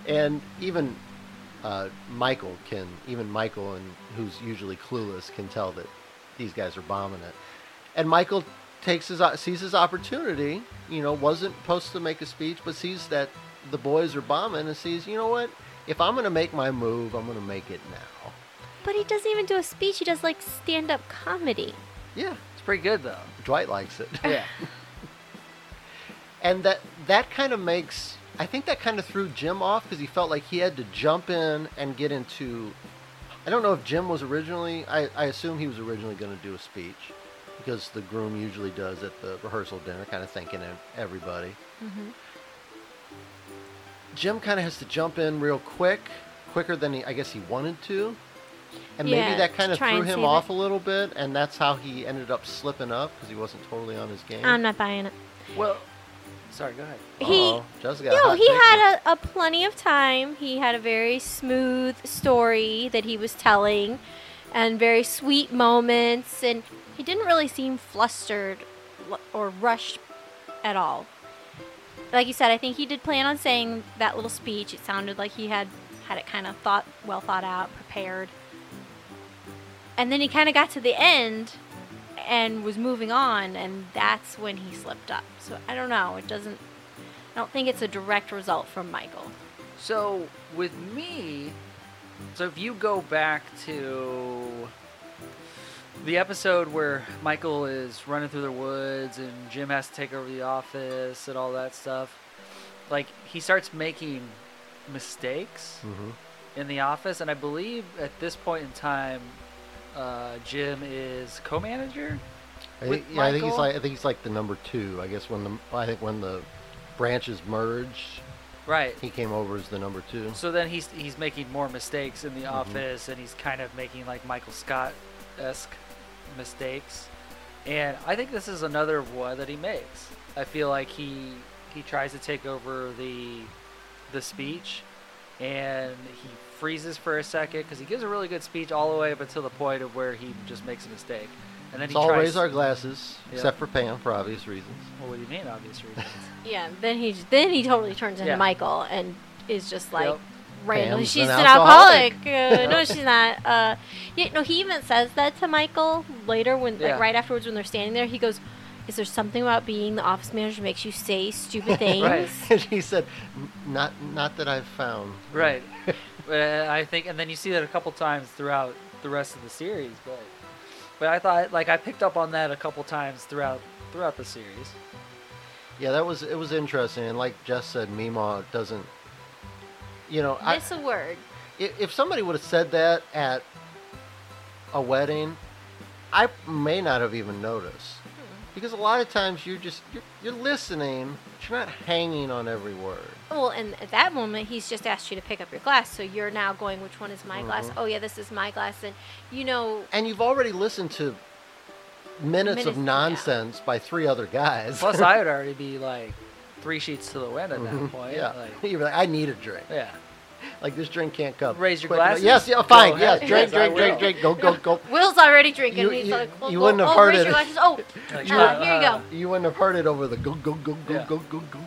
S1: And even uh, Michael can, even Michael, and who's usually clueless, can tell that these guys are bombing it. And Michael takes his sees his opportunity. You know, wasn't supposed to make a speech, but sees that the boys are bombing and sees, you know what? If I'm going to make my move, I'm going to make it now.
S2: but he doesn't even do a speech. He does like stand-up comedy.
S1: Yeah,
S3: It's pretty good though.
S1: Dwight likes it.
S3: Yeah.
S1: and that that kind of makes I think that kind of threw Jim off because he felt like he had to jump in and get into. I don't know if Jim was originally. I, I assume he was originally going to do a speech because the groom usually does at the rehearsal dinner, kind of thanking ev- everybody. Jim kind of has to jump in real quick, quicker than he, I guess he wanted to. And
S2: Yeah,
S1: maybe that kind
S2: to
S1: of
S2: try
S1: threw
S2: and
S1: him
S2: save
S1: off
S2: it.
S1: a little bit, and that's how he ended up slipping up because he wasn't totally on his game.
S2: I'm not buying it.
S3: Well, sorry. Go ahead.
S2: Um, He
S1: Uh-oh, Jessica,
S2: No,
S1: hot
S2: he
S1: take.
S2: had a, a plenty of time. He had a very smooth story that he was telling and very sweet moments and he didn't really seem flustered l- or rushed at all. Like you said, I think he did plan on saying that little speech. It sounded like he had had it kind of thought well thought out, prepared. And then he kind of got to the end and was moving on and that's when he slipped up. So I don't know, it doesn't I don't think it's a direct result from Michael.
S3: So with me, so if you go back to the episode where Michael is running through the woods and Jim has to take over the office and all that stuff, like he starts making mistakes
S1: Mhm.
S3: in the office, and I believe at this point in time, uh, Jim is co-manager.
S1: I
S3: with
S1: think, yeah, I think he's
S3: Michael?
S1: like I think he's like the number two. I guess when the I think when the branches merged,
S3: Right.
S1: he came over as the number two.
S3: So then he's he's making more mistakes in the office, and he's kind of making like Michael Scott esque mistakes. And I think this is another one that he makes. I feel like he he tries to take over the the speech, and he freezes for a second because he gives a really good speech all the way up until the point of where he just makes a mistake, and then
S1: Let's
S3: he
S1: all
S3: tries.
S1: raise our glasses,
S3: Yeah.
S1: except for Pam for obvious reasons.
S3: well, what do you mean, obvious reasons?
S2: Yeah, then he then he totally turns into
S3: Yeah.
S2: Michael and is just like
S3: Yep.
S2: randomly.
S1: Pam's
S2: she's
S1: an
S2: an,
S1: alcoholic."
S2: alcoholic. Uh, no, she's not. Uh, yeah, no, he even says that to Michael later when
S3: Yeah.
S2: like right afterwards when they're standing there. He goes, "Is there something about being the office manager that makes you say stupid things?"
S3: Right.
S1: and she said, "N- "Not, not that I've found."
S3: Right. Uh, I think, and then you see that a couple times throughout the rest of the series. But, but I thought, like, I picked up on that a couple times throughout throughout the series.
S1: Yeah, that was it was interesting, and like Jess said, Mima doesn't. You know, I,
S2: Miss a word.
S1: i- if somebody would have said that at a wedding, I may not have even noticed because a lot of times you're just you're, you're listening, but you're not hanging on every word.
S2: Well, and at that moment, he's just asked you to pick up your glass, so you're now going, "Which one is my glass?"
S1: Mhm.
S2: Oh yeah, this is my glass, and you know,
S1: And you've already listened to minutes,
S2: Minutes,
S1: of
S2: yeah.
S1: nonsense by three other guys.
S3: Plus, I would already be like three sheets to the wind at that
S1: Mm-hmm.
S3: point.
S1: yeah,
S3: Like,
S1: you're like, I need a drink.
S3: yeah.
S1: Like this drink can't come.
S3: Raise your
S1: Quick, no-
S3: glasses?
S1: Yes, yeah,
S3: Go
S1: fine.
S3: ahead.
S1: Yes, drink,
S4: Yes, I
S1: drink, drink,
S4: will.
S1: drink. Go, go, go.
S2: Will's already drinking.
S1: You-
S2: and he's
S1: you-
S2: like, well,
S1: you
S2: go-
S1: wouldn't have
S2: oh,
S1: heard
S2: raise
S1: it.
S2: your glasses. Oh,
S3: Like,
S2: Uh, here you go.
S1: You wouldn't have heard it over the go, go, go, go,
S3: Yeah.
S1: go, go, go.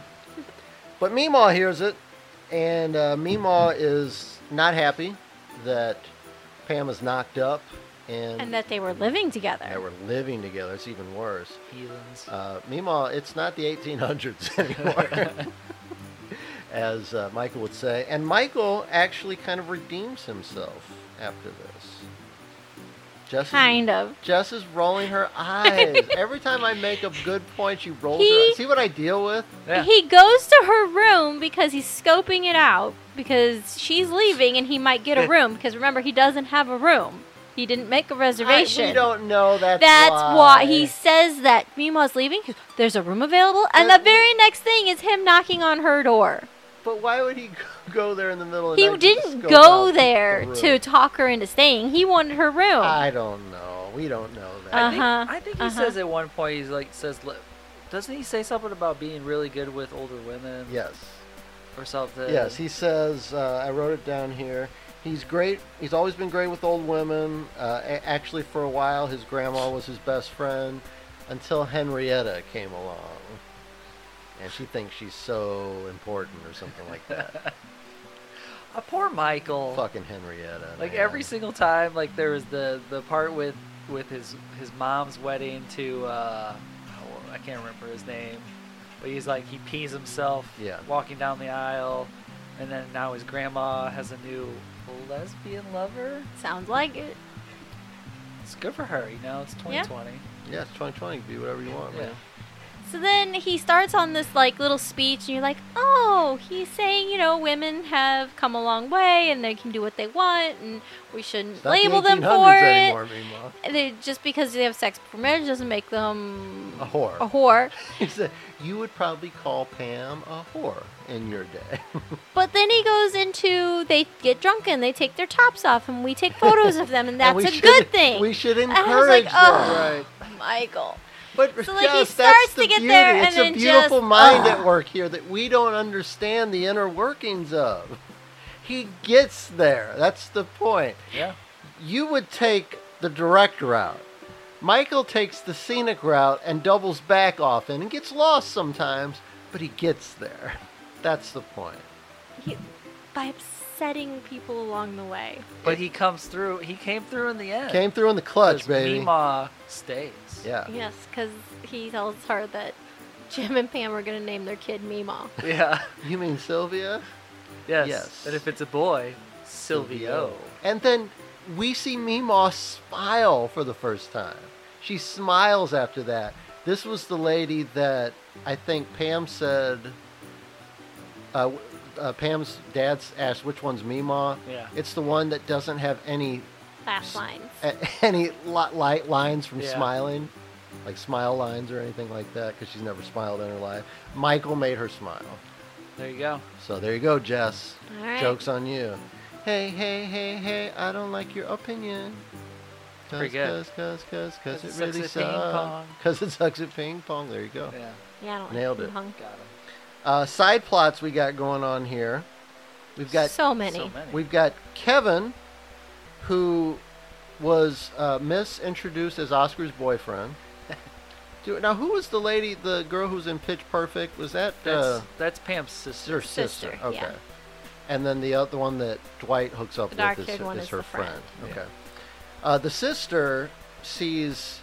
S1: But Meemaw hears it, and uh, Meemaw is not happy that Pam is knocked up and,
S2: and that they were living together.
S1: they were living together. It's even worse.
S3: Heathens.
S1: Uh, Meemaw, it's not the 1800s anymore, as uh, Michael would say. And Michael actually kind of redeems himself after this. Jess is-
S2: kind of.
S1: Jess is rolling her eyes. Every time I make a good point, she rolls her
S2: He-
S1: eyes. See what I deal with?
S3: Yeah.
S2: He goes to her room because he's scoping it out because she's leaving and he might get a room because remember he doesn't have a room. He didn't make a reservation.
S1: I, we don't know. That's,
S2: That's
S1: why.
S2: why he says that Mima's leaving. There's a room available, and the
S1: That's-
S2: very next thing is him knocking on her door.
S1: But why would he go- go there in the middle of the
S2: He
S1: night? to
S2: didn't
S1: scope
S2: go
S1: out
S2: there
S1: the
S2: to
S1: room?
S2: talk her into staying. He wanted her room.
S1: I don't know. We don't know that.
S2: Uh,
S3: I think,
S2: Uh-huh,
S3: I think he
S2: uh-huh.
S3: says at one point he's like says, "Look," doesn't he say something about being really good with older women
S1: yes.
S3: or something?
S1: Yes. He says. Uh, I wrote it down here. He's great. He's always been great with old women. Uh, a- actually, for a while, his grandma was his best friend until Henrietta came along, and she thinks she's so important or something like that.
S3: Ah, poor Michael.
S1: Fucking Henrietta.
S3: Like
S1: man.
S3: every single time, like there was the the part with with his his mom's wedding to uh, oh, I can't remember his name, but he's like he pees himself.
S1: Yeah.
S3: Walking down the aisle, and then now his grandma has a new lesbian lover.
S2: Sounds like it.
S3: It's good for her, you know. It's 2020.
S1: Yeah, it's 2020. You can Be whatever you want, man.
S2: So then he starts on this like little speech, and you're like, oh, he's saying, you know, women have come a long way and they can do what they want, and we shouldn't
S1: It's not
S2: label
S1: the
S2: them
S1: 1800s
S2: for
S1: anymore, meanwhile.
S2: it. They, just because they have sex before marriage doesn't make them
S1: A whore.
S3: Oh.
S2: A whore.
S1: He said, you would probably call Pam a whore in your day.
S2: But then he goes into they get drunk and they take their tops off, and we take photos of them, and
S1: And
S2: that's
S1: we
S2: a
S1: should-
S2: good thing.
S1: We should
S2: I was like,
S1: encourage them.
S2: "Ugh."
S1: Right.
S2: Michael.
S1: But
S2: So, like, he
S1: yes, that's
S2: starts
S1: the
S2: to get
S1: beauty.
S2: there and
S1: it's
S2: then
S1: a beautiful
S2: just,
S1: mind at
S2: ugh.
S1: work here that we don't understand the inner workings of. He gets there. That's the point.
S3: Yeah.
S1: You would take the direct route. Michael takes the scenic route and doubles back often and gets lost sometimes, but he gets there. That's the point.
S2: He, by upsetting people along the way.
S3: But he comes through. He came through in the end.
S1: Came through in the
S3: 'cause
S1: clutch, baby.
S3: Meemaw stays.
S1: Yeah.
S2: Yes, because he tells her that Jim and Pam are gonna name their kid Mima.
S3: Yeah.
S1: You mean Sylvia?
S3: Yes.
S1: Yes.
S3: And if it's a boy, Silvio.
S1: And then we see Meemaw smile for the first time. She smiles after that. This was the lady that I think Pam said. Uh, uh, Pam's dad asked which one's Meemaw.
S3: Yeah.
S1: It's the one that doesn't have any
S2: Last lines.
S1: a- any li- light lines from
S3: Yeah.
S1: smiling, like smile lines or anything like that, because she's never smiled in her life. Michael made her smile.
S3: There you go.
S1: So there you go, Jess.
S2: All right.
S1: Joke's on you. Hey, hey, hey, hey, I don't like your opinion. Cause,
S3: Pretty good.
S1: Cause, cause, cause,
S3: 'Cause it
S1: cause it
S3: sucks
S1: really
S3: at ping
S1: sucks.
S3: pong.
S1: Cause it sucks at ping pong. There you go.
S3: Yeah.
S2: Yeah, I don't
S1: Nailed
S2: like
S1: it.
S2: ping pong.
S3: Got him.
S1: Uh, side plots we got going on here. We've got
S2: so many.
S3: So many.
S1: We've got Kevin, who was uh, misintroduced as Oscar's boyfriend. Do- now, who was the lady, the girl who was in Pitch Perfect? Was that
S3: that's,
S1: uh,
S3: that's Pam's
S1: her
S3: sister.
S1: sister?
S2: Sister, yeah.
S1: Okay. And then the other one that Dwight hooks up
S2: The dark-haired
S1: with is,
S2: one
S1: is
S2: is
S1: her
S2: the
S1: friend.
S2: friend.
S1: Okay. Uh, the sister sees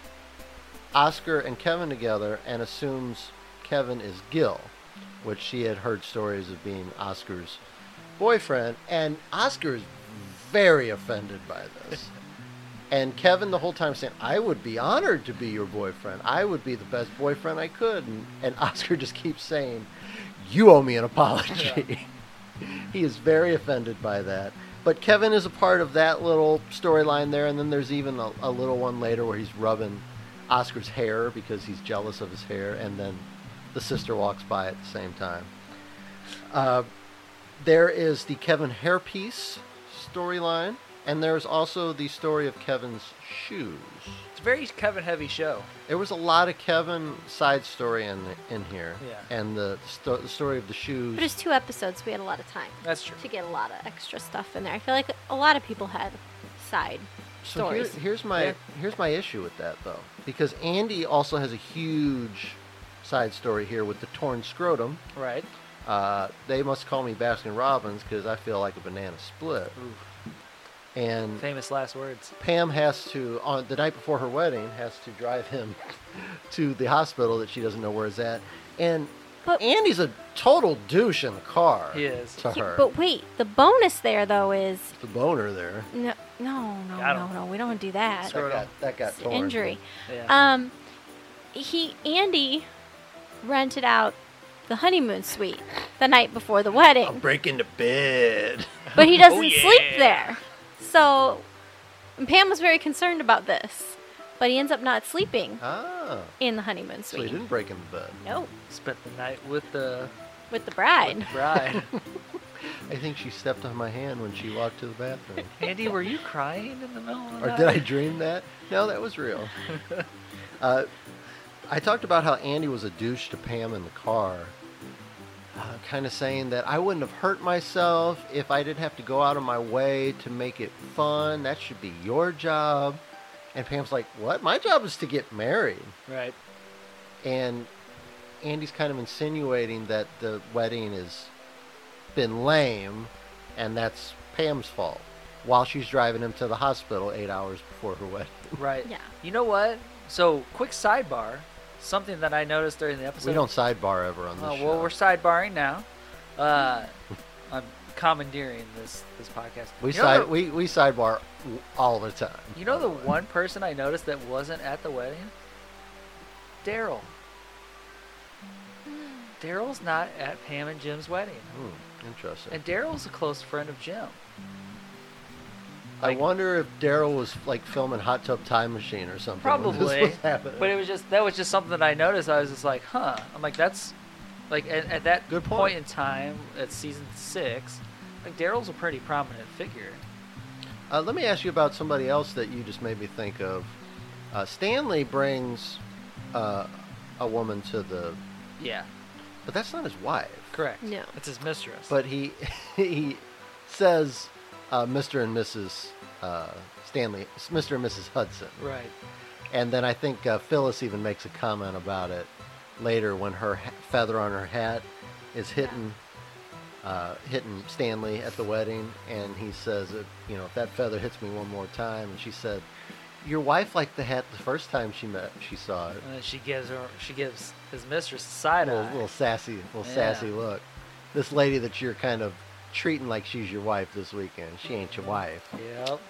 S1: Oscar and Kevin together and assumes Kevin is Gil, which she had heard stories of being Oscar's boyfriend. And Oscar is very offended by this. And Kevin the whole time saying, I would be honored to be your boyfriend. I would be the best boyfriend I could. And, and Oscar just keeps saying, You owe me an apology. he is very offended by that. But Kevin is a part of that little storyline there. And then there's even a, a little one later where he's rubbing Oscar's hair because he's jealous of his hair. And then the sister walks by at the same time. Uh, there is the Kevin hairpiece storyline, and there's also the story of Kevin's shoes.
S3: It's a very Kevin heavy show.
S1: There was a lot of Kevin side story in in here,
S3: Yeah.
S1: and the, sto- the story of the
S2: But
S1: shoes.
S2: it's two episodes. We had a lot of time
S3: That's true.
S2: to get a lot of extra stuff in there. I feel like a lot of people had side
S1: So here-
S2: stories.
S1: here's my
S3: Yeah.
S1: here's my issue with that though, because Andy also has a huge side story here with the torn scrotum.
S3: Right.
S1: Uh, they must call me Baskin Robbins because I feel like a banana split. And
S3: Famous last words.
S1: Pam has to on the night before her wedding has to drive him to the hospital that she doesn't know where is at, and
S2: But-
S1: Andy's a total douche in the car.
S3: He is.
S1: to
S2: Yeah,
S1: her.
S2: but wait, the bonus there though is
S1: the boner there.
S2: no, no, no,
S3: Got
S2: no,
S3: him.
S2: no. We don't do that.
S1: That
S3: Scrotum.
S1: got, that got
S2: It's
S1: torn.
S2: injury.
S3: Yeah.
S2: Um, he Andy rented out the honeymoon suite the night before the
S1: I'll
S2: wedding,
S1: break into bed.
S2: but he doesn't
S3: yeah.
S2: sleep there. So and Pam was very concerned about this, but he ends up not sleeping
S1: Ah,
S2: in the honeymoon
S1: so he
S2: suite.
S1: didn't break into bed.
S2: No,
S3: Spent the night with the
S2: with the bride.
S3: with the bride.
S1: I think she stepped on my hand when she walked to the bathroom.
S3: Andy, were you crying in the middle of the
S1: or
S3: night?
S1: did I dream that? No, that was real. uh, I talked about how Andy was a douche to Pam in the car, uh, kind of saying that I wouldn't have hurt myself if I didn't have to go out of my way to make it fun. That should be your job. And Pam's like, What? My job is to get married.
S3: Right.
S1: And Andy's kind of insinuating that the wedding has been lame and that's Pam's fault while she's driving him to the hospital eight hours before her wedding.
S3: Right.
S2: Yeah.
S3: You know what? So, quick sidebar. Something that I noticed during the episode.
S1: we don't sidebar ever on this
S3: Oh,
S1: show.
S3: well, we're sidebarring now. Uh, I'm commandeering this this podcast.
S1: we
S3: You know
S1: side
S3: the-
S1: we, we sidebar w- all the time.
S3: You know the one person I noticed that wasn't at the wedding? Daryl. Daryl's not at Pam and Jim's wedding.
S1: Hmm, interesting.
S3: And Daryl's a close friend of Jim.
S1: I
S3: like-
S1: wonder if Daryl was like filming Hot Tub Time Machine or something. when this
S3: Probably,
S1: was happening.
S3: But it was just that was just something that I noticed. I was just like, huh. I'm like, that's like at, at that
S1: Good point.
S3: point in time at season six, like Daryl's a pretty prominent figure.
S1: Uh, let me ask you about somebody else that you just made me think of. Uh, Stanley brings uh, a woman to the,
S3: Yeah,
S1: but that's not his wife.
S3: correct.
S2: No.
S3: it's his mistress.
S1: But he he says uh, Mr. and Mrs. Uh, Stanley, Mr. and Mrs. Hudson.
S3: right,
S1: And then I think uh, Phyllis even makes a comment about it later when her ha- feather on her hat is hitting uh, hitting Stanley at the wedding, and he says, uh, "You know, if that feather hits me one more time," and she said, "Your wife liked the hat the first time she met she saw it."
S3: and then she gives her she gives his mistress a side
S1: little,
S3: eye.
S1: little sassy, little
S3: Yeah.
S1: sassy look. This lady that you're kind of treating like she's your wife this weekend, she ain't your wife.
S3: Yep.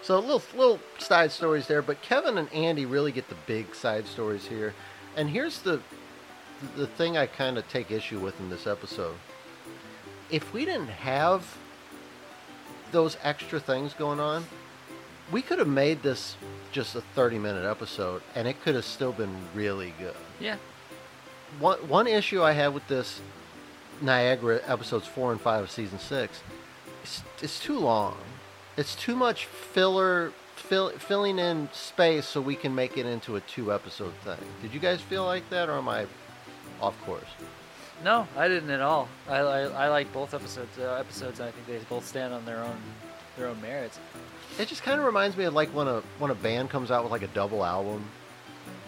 S1: So little little side stories there, but Kevin and Andy really get the big side stories here. And here's the the thing I kind of take issue with in this episode. If we didn't have those extra things going on, we could have made this just a 30 minute episode and it could have still been really good
S3: Yeah.
S1: one one issue I have with this Niagara episodes four and five of season six, it's, it's too long. It's too much filler, fill, filling in space so we can make it into a two episode thing. Did you guys feel like that, or am I off course?
S3: No, I didn't at all. I, I, I like both episodes. Uh, episodes, I think they both stand on their own their own merits.
S1: It just kind of reminds me of like when a when a band comes out with like a double album,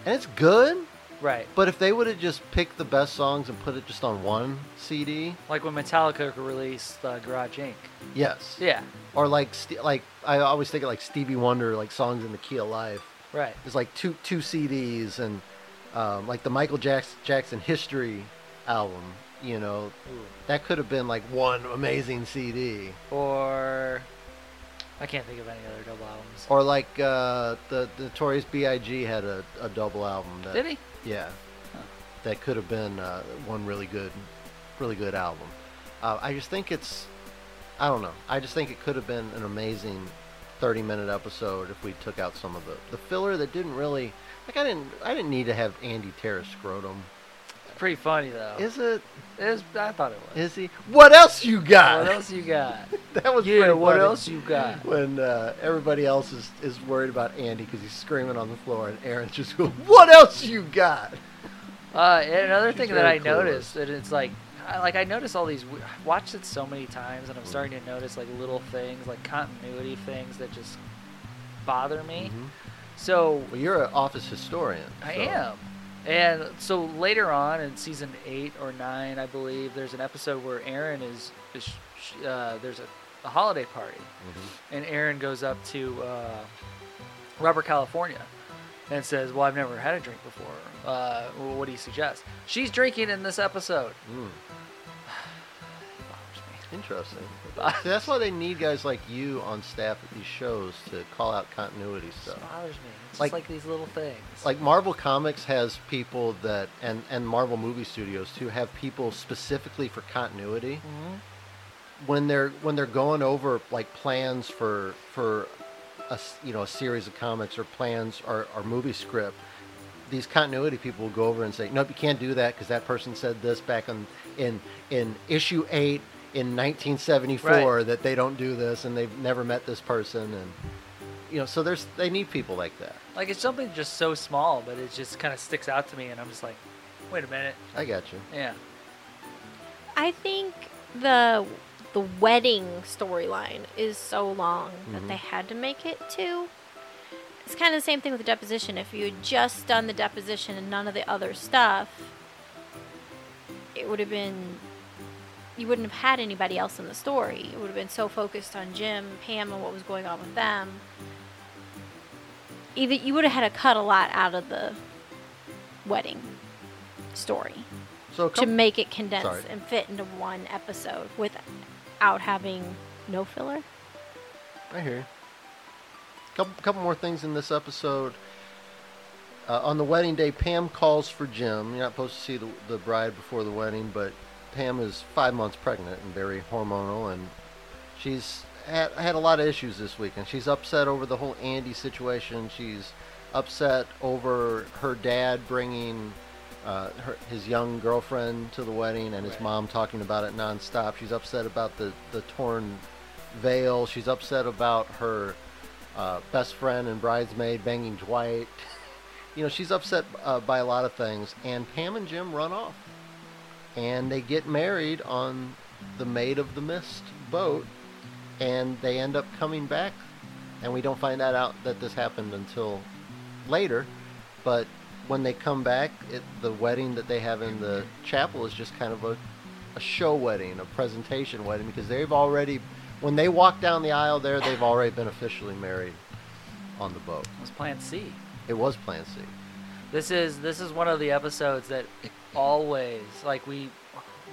S1: and it's good.
S3: Right.
S1: But if they would have just picked the best songs and put it just on one CD,
S3: Like when Metallica released uh, Garage Inc.
S1: yes.
S3: Yeah.
S1: Or like Ste like I always think of like Stevie Wonder, like songs in the key of life.
S3: Right.
S1: It's like two two CDs and um, like the Michael Jackson, Jackson History album. You know, that could have been like one amazing CD.
S3: Or I can't think of any other double albums.
S1: Or like uh, the the Notorious B.I.G. had a, a double album. That,
S3: Did he?
S1: Yeah,
S3: Huh.
S1: that could have been uh, one really good, really good album. Uh, I just think it's, I don't know. I just think it could have been an amazing thirty-minute episode if we took out some of the the filler that didn't really. Like I didn't, I didn't need to have Andy Terrace scrotum.
S3: It's pretty funny though.
S1: Is it?
S3: It was- I thought it was.
S1: Is he? What else you got?
S3: What else you got?
S1: that was
S3: yeah.
S1: pretty
S3: What
S1: funny.
S3: else you got?
S1: When uh, everybody else is, is worried about Andy because he's screaming on the floor, and Aaron's just going, "What else you got?"
S3: Uh, and another thing
S1: She's
S3: that I
S1: very cool, though.
S3: noticed, and it's like, I, like I notice all these. w- I've watched it so many times, and I'm starting to notice like little things, like continuity things that just bother me.
S1: Mhm.
S3: So
S1: Well, you're an office historian.
S3: I
S1: so-
S3: am. And so later on in season eight or nine, I believe, there's an episode where Aaron is, is sh- uh, there's a, a holiday party,
S1: Mm-hmm.
S3: and Aaron goes up to uh, Robert California and says, "Well, I've never had a drink before. Uh, well, what do you suggest?" She's drinking in this episode.
S1: Mm,
S3: It bothers me.
S1: interesting. See, that's why they need guys like you on staff at these shows to call out continuity
S3: It
S1: stuff.
S3: just bothers me. It's just
S1: Like-
S3: like, these little things.
S1: Like Marvel Comics has people that, and and Marvel movie studios too have people specifically for continuity.
S3: Mhm.
S1: when they're when they're going over like plans for for a s- you know a series of comics or plans or, or movie script these continuity people will go over and say nope you can't do that because that person said this back on in in issue 8 in 1974 that they don't do this and they've never met this person and you know so there's they need people like that
S3: like it's something just so small, but it just kind of sticks out to me, and I'm just like, wait a minute,
S1: i got you
S3: yeah.
S2: I think the the wedding storyline is so long
S1: Mhm.
S2: that they had to make it two. It's kind of the same thing with the deposition. If you had just done the deposition and none of the other stuff, it would have been you wouldn't have had anybody else in the story. It would have been so focused on Jim, Pam, and what was going on with them. Either you would have had to cut a lot out of the wedding story
S1: so a
S2: to
S1: couple,
S2: make it condensed
S1: Sorry.
S2: and fit into one episode without having no filler.
S1: I hear you. Couple, couple more things in this episode. Uh, on the wedding day, Pam calls for Jim. You're not supposed to see the, the bride before the wedding, but Pam is five months pregnant and very hormonal, and she's had, had a lot of issues this week, and she's upset over the whole Andy situation. She's upset over her dad bringing uh, her, his young girlfriend to the wedding and his
S3: Right.
S1: mom talking about it nonstop. She's upset about the, the torn veil. She's upset about her uh, best friend and bridesmaid banging Dwight. You know, she's upset uh, by a lot of things. And Pam and Jim run off. And they get married on the Maid of the Mist boat. And they end up coming back. And we don't find that out that this happened until later. But when they come back, it, the wedding that they have in the chapel is just kind of a, a show wedding, a presentation wedding, because they've already, when they walk down the aisle there, they've already been officially married on the boat.
S3: It was Plan C.
S1: It was Plan C.
S3: This is this is one of the episodes that always like we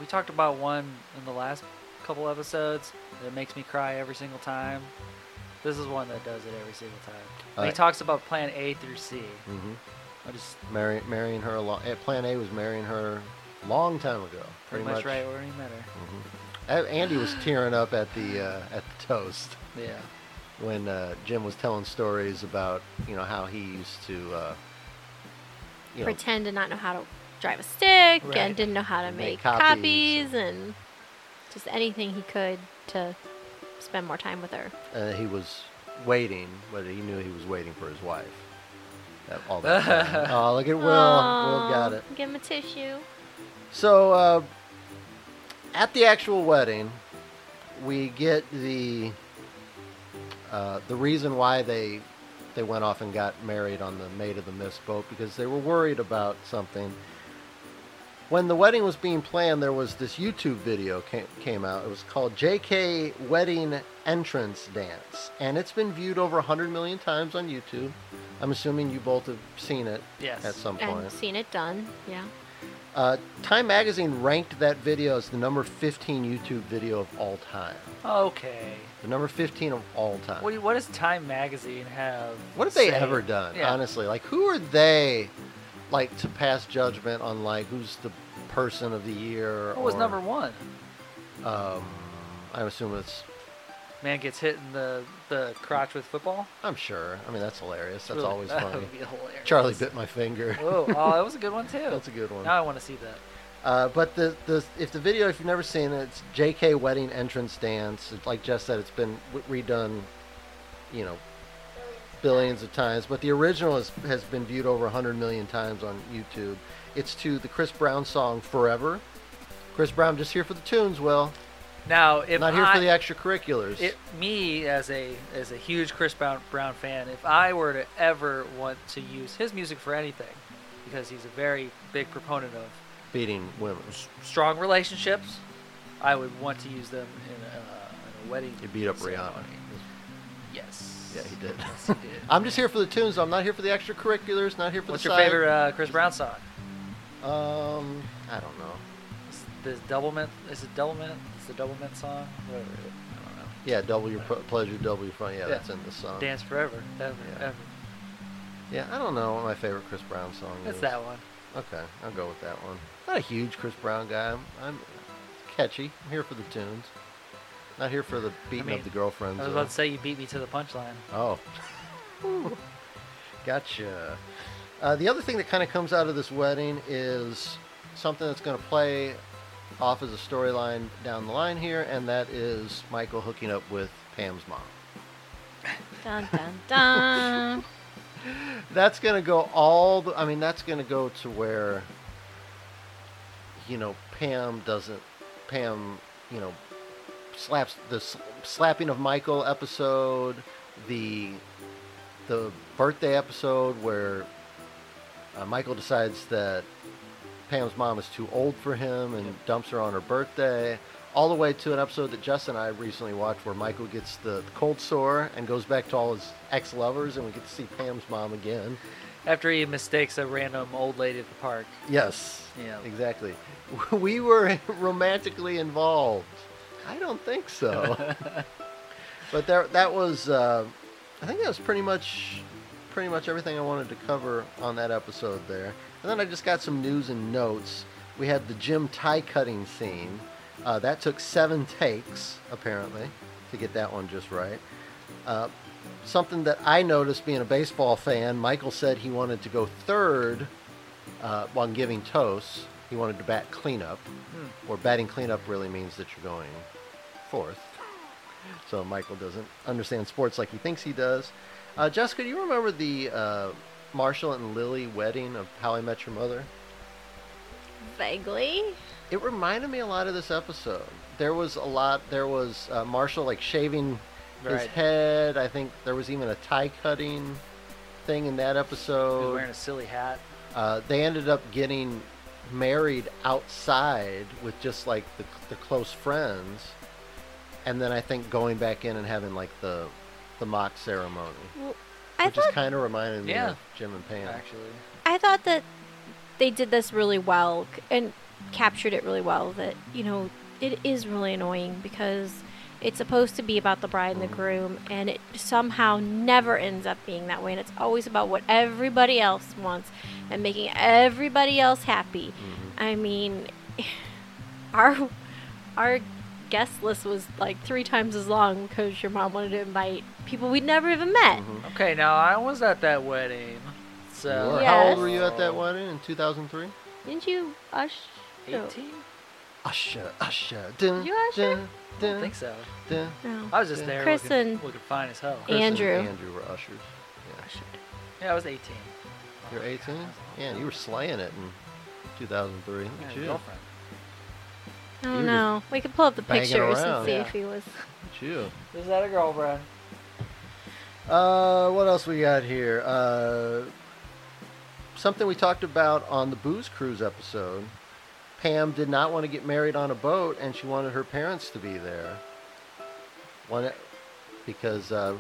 S3: we talked about one in the last couple episodes that makes me cry every single time. This is one that does it every single time. And he
S1: Alright.
S3: talks about plan A through C.
S1: hmm
S3: I just
S1: Marry, marrying her a long. Plan A was marrying her a long time ago. Mm-hmm.
S3: pretty, much, right where he met her.
S1: A- Andy was tearing up at the uh, at the toast
S3: Yeah.
S1: when uh, Jim was telling stories about you know how he used to. Uh, you know,
S2: Pretend to not know how to drive a stick
S3: Right.
S2: and didn't know how to
S1: And
S2: make,
S1: make copies
S2: copies, and just anything he could to spend more time with her.
S1: uh, he was waiting, but he knew he was waiting for his wife. That, all that. time. oh, look at Will. Will
S2: Aw,
S1: got it.
S2: Give him a tissue.
S1: So uh, at the actual wedding, we get the uh, the reason why they they went off and got married on the Maid of the Mist boat because they were worried about something. When the wedding was being planned, there was this YouTube video came, came out. It was called JK Wedding Entrance Dance, and it's been viewed over 100 million times on YouTube. I'm assuming you both have seen it
S3: Yes.
S1: at some point.
S2: and seen it done. Yeah.
S1: Uh, Time Magazine ranked that video as the number 15 YouTube video of all time.
S3: Okay.
S1: The number 15 of all time.
S3: What, do- what does Time Magazine have?
S1: Uh, What have they
S3: say?
S1: ever done?
S3: Yeah.
S1: Honestly, like who are they, like to pass judgment on like who's the person of the year?
S3: What was
S1: or,
S3: number one?
S1: Um, I assume it's.
S3: Man gets hit in the, the crotch with football.
S1: I'm sure. I mean, that's hilarious. That's
S3: Really-
S1: always
S3: that
S1: funny.
S3: would be hilarious.
S1: Charlie bit my finger.
S3: Whoa, oh, that was a good one too.
S1: that's a good one.
S3: now I want to see that.
S1: Uh, but the, the if the video if you've never seen it, it's JK wedding entrance dance. It's like Jess said, it's been w- redone, you know, billions of times. But the original is, has been viewed over 100 million times on YouTube. It's to the Chris Brown song "Forever." Chris Brown just here for the tunes, Will.
S3: Now, if
S1: Not here
S3: I,
S1: for the extracurriculars.
S3: it, me as a as a huge Chris Brown, Brown fan, if I were to ever want to use his music for anything, because he's a very big proponent of
S1: beating women.
S3: s- strong relationships, I would want to use them in a, in a wedding.
S1: You beat up Rihanna.
S3: ceremony. Yes.
S1: Yeah, he did.
S3: Yes, he did.
S1: I'm just here for the tunes. I'm not here for the extracurriculars. Not here for
S3: What's
S1: the
S3: your
S1: side.
S3: favorite uh, Chris Brown song?
S1: Um, I don't know.
S3: Is the double mint? Is it double mint? Is the double mint song? Whatever. it is. I don't know.
S1: Yeah, double your p- pleasure, double your fun. Yeah,
S3: Yeah.
S1: that's in the song.
S3: Dance forever, ever,
S1: Yeah.
S3: ever.
S1: Yeah, I don't know what my favorite Chris Brown song
S3: That's
S1: is.
S3: that one.
S1: Okay, I'll go with that one. Not a huge Chris Brown guy. I'm, I'm catchy. I'm here for the tunes. Not here for the beating
S3: mean,
S1: up the girlfriends.
S3: I was
S1: though.
S3: about to say you beat me to the punchline.
S1: Oh. gotcha. Uh, the other thing that kind of comes out of this wedding is something that's going to play off as a storyline down the line here, and that is Michael hooking up with Pam's mom.
S2: Dun dun dun.
S1: That's going to go all the. I mean, that's going to go to where, you know, Pam doesn't. Pam, you know, slaps the s- slapping of Michael episode, the the birthday episode where uh, Michael decides that Pam's mom is too old for him and dumps her on her birthday, all the way to an episode that Jess and I recently watched where Michael gets the cold sore and goes back to all his ex lovers, and we get to see Pam's mom again.
S3: After he mistakes a random old lady at the park.
S1: Yes.
S3: Yeah.
S1: Exactly. We were romantically involved. I don't think so. but there, that was. Uh, I think that was pretty much, pretty much everything I wanted to cover on that episode there. And then I just got some news and notes. We had the Jim tie cutting scene. Uh, that took seven takes apparently to get that one just right. Uh, something that I noticed being a baseball fan, Michael said he wanted to go third uh, while giving toasts. He wanted to bat cleanup,
S3: Hmm.
S1: or batting cleanup really means that you're going fourth. So Michael doesn't understand sports like he thinks he does. Uh, Jessica, do you remember the uh, Marshall and Lily wedding of How I Met Your Mother?
S2: Vaguely.
S1: it reminded me a lot of this episode. There was a lot. There was uh, Marshall like shaving his
S3: Right.
S1: head. I think there was even a tie cutting thing in that
S3: He was
S1: episode.
S3: wearing a silly hat.
S1: Uh, they ended up getting married outside with just like the, the close friends, and then I think going back in and having like the the mock ceremony,
S2: Well, I
S1: which
S2: thought
S1: is kind of reminded me
S3: Yeah.
S1: of Jim and Pam.
S3: Actually,
S2: I thought that they did this really well c- and captured it really well. That you know, it is really annoying because it's supposed to be about the bride and the groom, and it somehow never ends up being that way. And it's always about what everybody else wants and making everybody else happy.
S1: Mm-hmm.
S2: I mean, our our guest list was like three times as long because your mom wanted to invite people we'd never even met.
S1: Mhm.
S3: okay. Now I was at that wedding,
S1: You
S3: so
S1: were-
S2: Uh, Yes.
S1: How old were you at that wedding in 2003?
S2: Didn't you, Ush? no.
S3: Eighteen?
S1: Usher, Usher, dun,
S2: You Usher?
S1: dun,
S3: I don't
S1: dun,
S3: think so.
S1: dun.
S2: No.
S3: I was just there.
S2: Chris
S3: looking,
S2: and-
S3: looking fine as hell.
S1: Chris and
S2: Andrew.
S1: Andrew were ushers. Yeah.
S3: Yeah, I was eighteen.
S1: You're 18? Yeah, you were slaying it in 2003. Look
S3: I
S1: at
S3: had a
S1: you.
S3: girlfriend.
S2: I don't
S1: You're just
S2: know. We could pull up the
S1: banging
S2: pictures and
S1: around.
S2: see
S3: Yeah.
S2: if he was.
S1: It's you.
S3: Is that a girl, Brad?
S1: Uh, what else we got here? Uh, something we talked about on the booze cruise episode. Pam did not want to get married on a boat, and she wanted her parents to be there. One, because uh,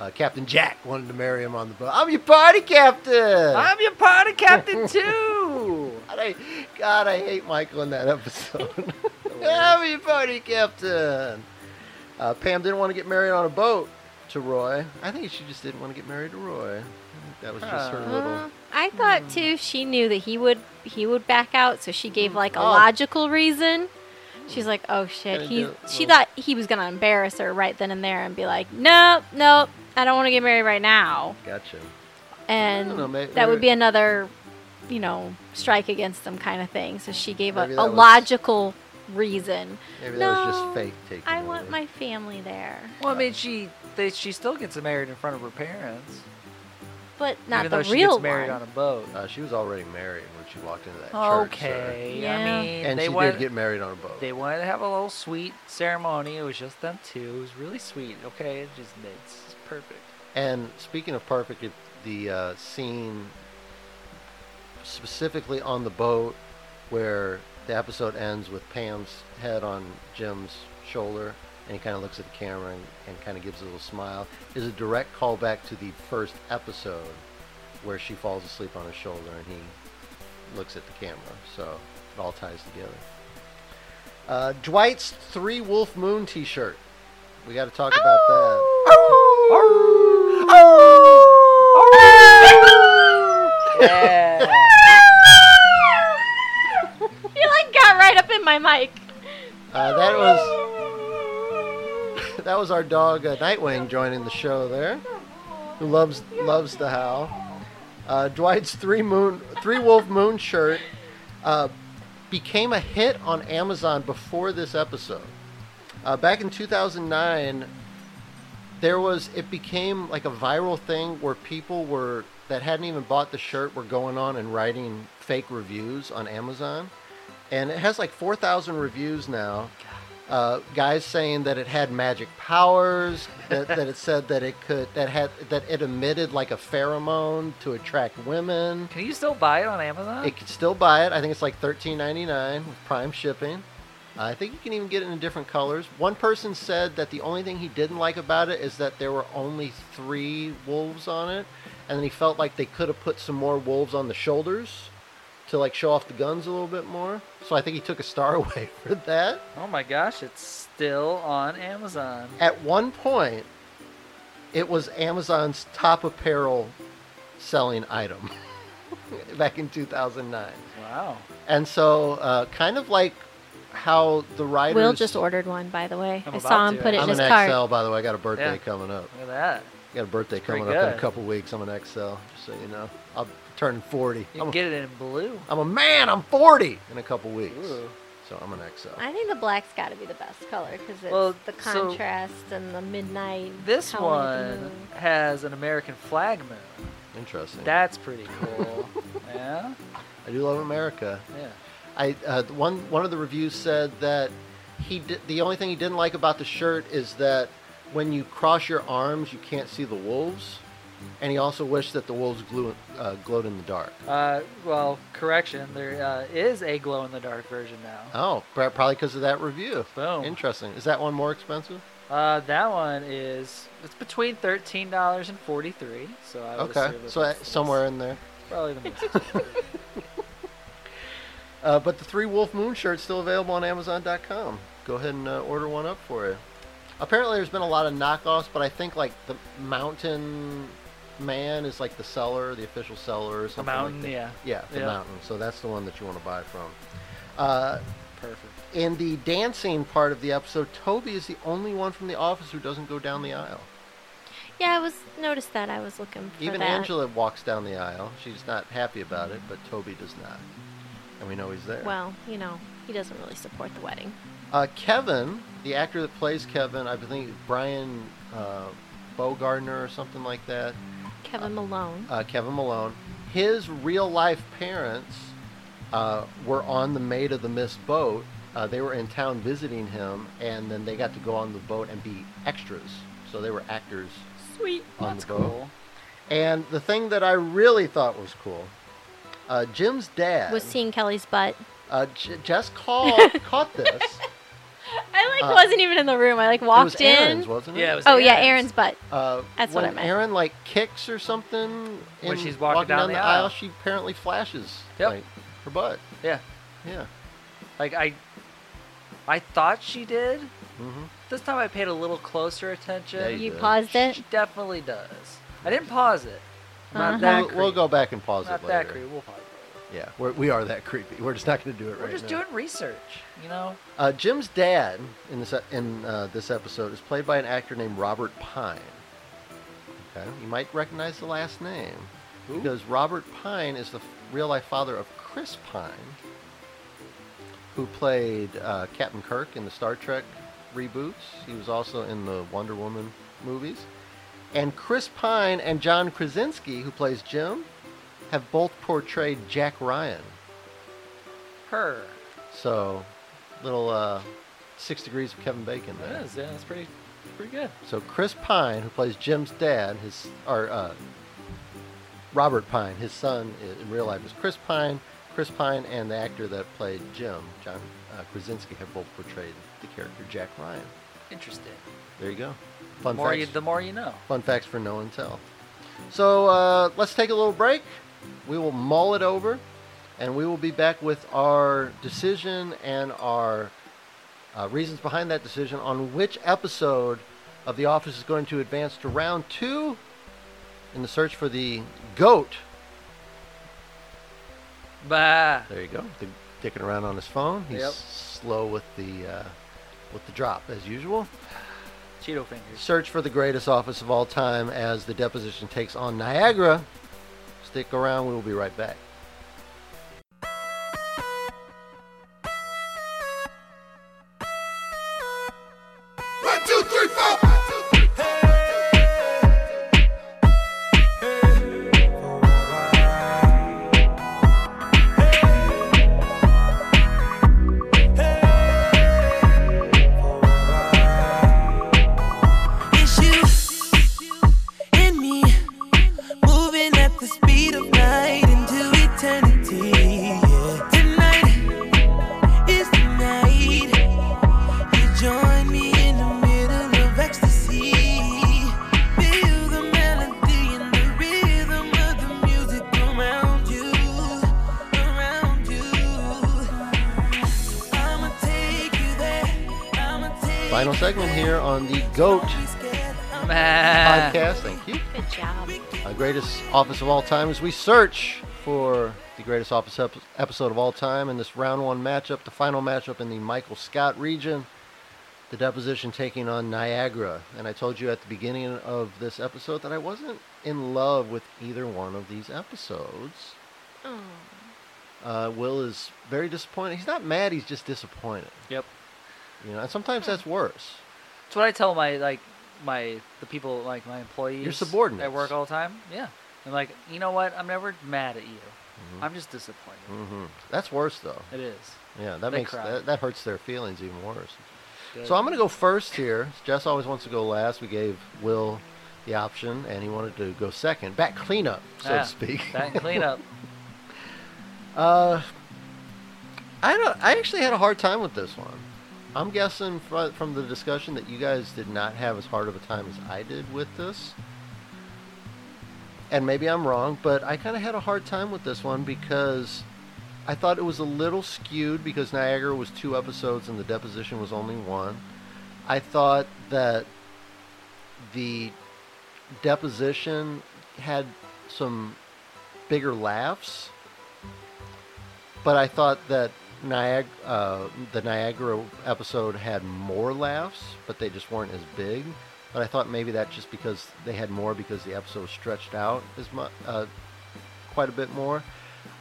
S1: uh, Captain Jack wanted to marry him on the boat. I'm your party captain.
S3: I'm your party captain too.
S1: God, I, God, I hate Michael in that episode. I'm your party captain. Uh, Pam didn't want to get married on a boat to Roy. I think she just didn't want to get married to Roy. I think That was just her
S3: Huh.
S1: little.
S2: Uh, I thought too. She knew that he would he would back out, so she gave like a
S1: Oh.
S2: logical reason. She's like, "Oh shit!"
S1: Gonna
S2: He
S1: do it.
S2: she
S1: Well-
S2: thought he was gonna embarrass her right then and there and be like, "Nope, nope, I don't want to get married right now,"
S1: Gotcha.
S2: and
S1: know, may-
S2: that would
S1: maybe-
S2: be another, you know, strike against them kind of thing. So she gave a,
S1: Maybe that
S2: a
S1: was-
S2: logical reason.
S1: Maybe that was just
S2: No,
S1: fake taking.
S2: I
S1: over.
S2: want my family there,
S3: Well, I mean, she they, she still gets married in front of her parents,
S2: but not
S3: even
S2: the
S3: though she
S2: real
S3: gets married
S2: one.
S3: on a boat.
S1: Uh, she was already married when she walked into that church. sir.
S3: okay,
S2: Yeah.
S3: I mean,
S1: And
S3: they
S1: she
S3: want
S1: did get married on a boat.
S3: they wanted to have a little sweet ceremony. It was just them two. It was really sweet. Okay, it just it's perfect.
S1: And speaking of perfect, it- the uh, scene specifically on the boat where the episode ends with Pam's head on Jim's shoulder and he kind of looks at the camera and, and kind of gives a little smile is a direct callback to the first episode where she falls asleep on his shoulder and he looks at the camera. So it all ties together. Uh, Dwight's Three Wolf Moon t shirt. We got to talk about that.
S3: Yeah.
S2: You like got right up in my mic.
S1: Uh, that was that was our dog uh, Nightwing joining the show there, who loves loves to howl. Uh, Dwight's three moon three wolf moon shirt uh, became a hit on Amazon before this episode. Uh, back in 2009, there was it became like a viral thing where people were that hadn't even bought the shirt were going on and writing fake reviews on Amazon, and it has like 4,000 reviews now. Uh, guys saying that it had magic powers, that, that it said that it could that had that it emitted like a pheromone to attract women.
S3: Can you still buy it on Amazon?
S1: It can still buy it. I think it's like thirteen ninety nine with Prime shipping. I think you can even get it in different colors. One person said that the only thing he didn't like about it is that there were only three wolves on it, and then he felt like they could have put some more wolves on the shoulders to like show off the guns a little bit more. So I think he took a star away for that.
S3: oh my gosh, it's still on Amazon.
S1: At one point, it was Amazon's top apparel selling item back in two thousand nine.
S3: Wow.
S1: And so, uh, kind of like how the writers.
S2: Will just ordered one, by the way.
S3: I'm
S2: I
S3: about
S2: saw him
S3: to,
S2: put it
S1: I'm
S2: in
S1: an
S2: his cart.
S1: XL, by the way. I got a birthday
S3: Yeah.
S1: coming up.
S3: Look at that.
S1: I got a birthday
S3: Pretty
S1: coming up in a
S3: good.
S1: couple weeks. I'm an XL, just so you know. I'm turning 40.
S3: You
S1: I'm
S3: can
S1: a,
S3: get it in blue.
S1: I'm a man. I'm 40 in a couple weeks.
S3: Ooh.
S1: So I'm an XL.
S2: I think the black's got to be the best color because it's
S3: Well,
S2: the
S3: so-
S2: contrast and the midnight.
S3: This
S2: howling at the
S3: one
S2: moon.
S3: has an American flag moon.
S1: Interesting.
S3: That's pretty cool. yeah.
S1: I do love America.
S3: Yeah.
S1: I uh, the one one of the reviews said that he di- the only thing he didn't like about the shirt is that when you cross your arms, you can't see the wolves, and he also wished that the wolves glue, uh, glowed in the dark.
S3: Uh, well, correction. There uh, is a glow in the dark version now.
S1: Oh, pr- probably because of that review.
S3: Boom.
S1: Interesting. Is that one more expensive?
S3: Uh, that one is it's between thirteen dollars and forty three. So I would
S1: okay,
S3: assume that
S1: so
S3: that's
S1: that, somewhere in there.
S3: probably the most. expensive.
S1: Uh, but the three wolf moon shirt's still available on Amazon.com. Go ahead and uh, order one up for you. Apparently, there's been a lot of knockoffs, but I think like the Mountain Man is like the seller, the official seller, or
S3: the
S1: something.
S3: mountain,
S1: like that.
S3: yeah,
S1: Yeah, the
S3: Yeah.
S1: mountain. So that's the one that you want to buy from. Uh,
S3: perfect.
S1: in the dancing part of the episode, Toby is the only one from the office who doesn't go down the aisle.
S2: Yeah, I was noticed that. I was looking for
S1: Even
S2: that.
S1: Angela walks down the aisle. She's not happy about it, but Toby does not. And we know he's there.
S2: Well, you know, he doesn't really support the wedding.
S1: Uh, Kevin, the actor that plays Kevin, I think Brian uh, Bogardner or something like that,
S2: Kevin Malone.
S1: uh, Kevin Malone, his real life parents uh, were on the Maid of the Mist boat, uh, they were in town visiting him, and then they got to go on the boat and be extras. So they were actors.
S2: Sweet.
S1: on
S3: That's
S1: the boat.
S3: cool.
S1: And the thing that I really thought was cool, uh, Jim's dad
S2: Was seeing Kelly's butt.
S1: uh, J- Jess call, caught this.
S2: I like
S1: Uh,
S2: wasn't even in the room. I like
S1: it was
S2: walked
S1: Aaron's,
S2: in.
S1: wasn't it?
S3: Yeah, it was
S2: Oh yeah,
S3: Aaron's.
S2: Aaron's butt.
S1: Uh,
S2: That's
S1: when
S2: what I meant.
S1: Aaron like kicks or something
S3: When
S1: in
S3: she's walking down the aisle.
S1: she apparently flashes
S3: Yep.
S1: like, her butt.
S3: Yeah.
S1: Yeah.
S3: Like I I thought she did.
S1: hmm
S3: This time I paid a little closer attention.
S1: Yeah,
S2: You
S1: did.
S2: paused it.
S3: She definitely does. I didn't pause it. I'm
S2: Uh-huh.
S3: Not that
S1: we'll, we'll
S3: creep.
S1: go back and pause
S3: Not
S1: it
S3: that
S1: later.
S3: creepy. We'll pause it.
S1: Yeah, we're, we are that creepy. We're just not going to do it
S3: We're
S1: right
S3: just
S1: now.
S3: doing research, you know.
S1: Uh, Jim's dad in this in uh, this episode is played by an actor named Robert Pine. Okay, you might recognize the last name
S3: Who?
S1: because Robert Pine is the real life father of Chris Pine, who played uh, Captain Kirk in the Star Trek reboots. He was also in the Wonder Woman movies, and Chris Pine and John Krasinski, who plays Jim, have both portrayed Jack Ryan
S3: Her.
S1: so, little uh, six degrees of Kevin Bacon there.
S3: That is, yeah, that's pretty pretty good.
S1: So Chris Pine, who plays Jim's dad, his or uh, Robert Pine, his son i- in real life is Chris Pine. Chris Pine and the actor that played Jim, John uh, Krasinski, have both portrayed the character Jack Ryan.
S3: Interesting.
S1: There you go. Fun
S3: more you,
S1: facts.
S3: the more you know.
S1: fun facts for no and tell. So uh, let's take a little break. We will mull it over, and we will be back with our decision and our uh, reasons behind that decision on which episode of The Office is going to advance to round two in the search for the goat.
S3: Bah.
S1: There you go. The, dicking around on his phone. He's
S3: Yep.
S1: slow with the uh, with the drop as usual.
S3: Cheeto fingers.
S1: Search for the greatest office of all time as the deposition takes on Niagara. Stick around, we will be right back.
S4: One, two, three, four. One, two, three, four.
S5: It's you and me moving at the speed of light into eternity. Yeah. Tonight is the night you join me in the middle of ecstasy. Feel the melody and the rhythm of the music around you, around you. I'ma take you there. I'ma take
S1: Final segment here on the GOAT
S3: Bah.
S1: podcast. Thank you.
S2: Good job.
S1: Uh, greatest office of all time as we search for the greatest office ep- episode of all time in this round one matchup, the final matchup in the Michael Scott region. The deposition taking on Niagara. And I told you at the beginning of this episode that I wasn't in love with either one of these episodes.
S2: Oh,
S1: Uh, Will is very disappointed. He's not mad. He's just disappointed.
S3: Yep.
S1: You know, and sometimes that's worse.
S3: That's what I tell my like my the people like my employees.
S1: subordinates.
S3: At work all the time. Yeah. I'm like, you know what? I'm never mad at you.
S1: Mm-hmm.
S3: I'm just disappointed.
S1: hmm That's worse though.
S3: It is.
S1: Yeah, that
S3: They
S1: makes
S3: cry.
S1: that, that hurts their feelings even worse.
S3: Good.
S1: So I'm gonna go first here. Jess always wants to go last. We gave Will the option, and he wanted to go second, back cleanup, so
S3: Yeah,
S1: to speak.
S3: That and cleanup.
S1: Uh, I don't. I actually had a hard time with this one. I'm guessing fr- from the discussion that you guys did not have as hard of a time as I did with this. And maybe I'm wrong, but I kind of had a hard time with this one because I thought it was a little skewed because Niagara was two episodes and the deposition was only one. I thought that the deposition had some bigger laughs but I thought that Niag- uh, the Niagara episode had more laughs, but they just weren't as big. But I thought maybe that just because they had more because the episode was stretched out as much, uh, quite a bit more.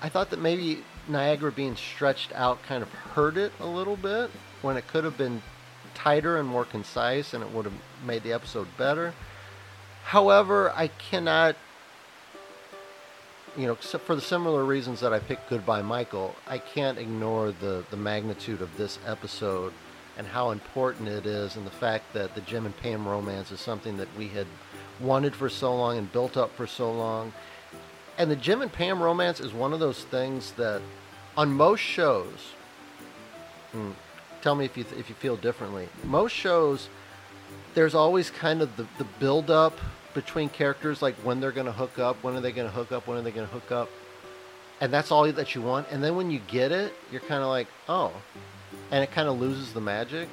S1: I thought that maybe Niagara being stretched out kind of hurt it a little bit when it could have been tighter and more concise, and it would have made the episode better. However, I cannot you know, except for the similar reasons that I picked Goodbye Michael, I can't ignore the, the magnitude of this episode and how important it is, and the fact that the Jim and Pam romance is something that we had wanted for so long and built up for so long. And the Jim and Pam romance is one of those things that, on most shows, hmm, tell me if you, if you feel differently, most shows there's always kind of the, the build up between characters like when they're going to hook up when are they going to hook up when are they going to hook up and that's all that you want and then when you get it you're kind of like oh and it kind of loses the magic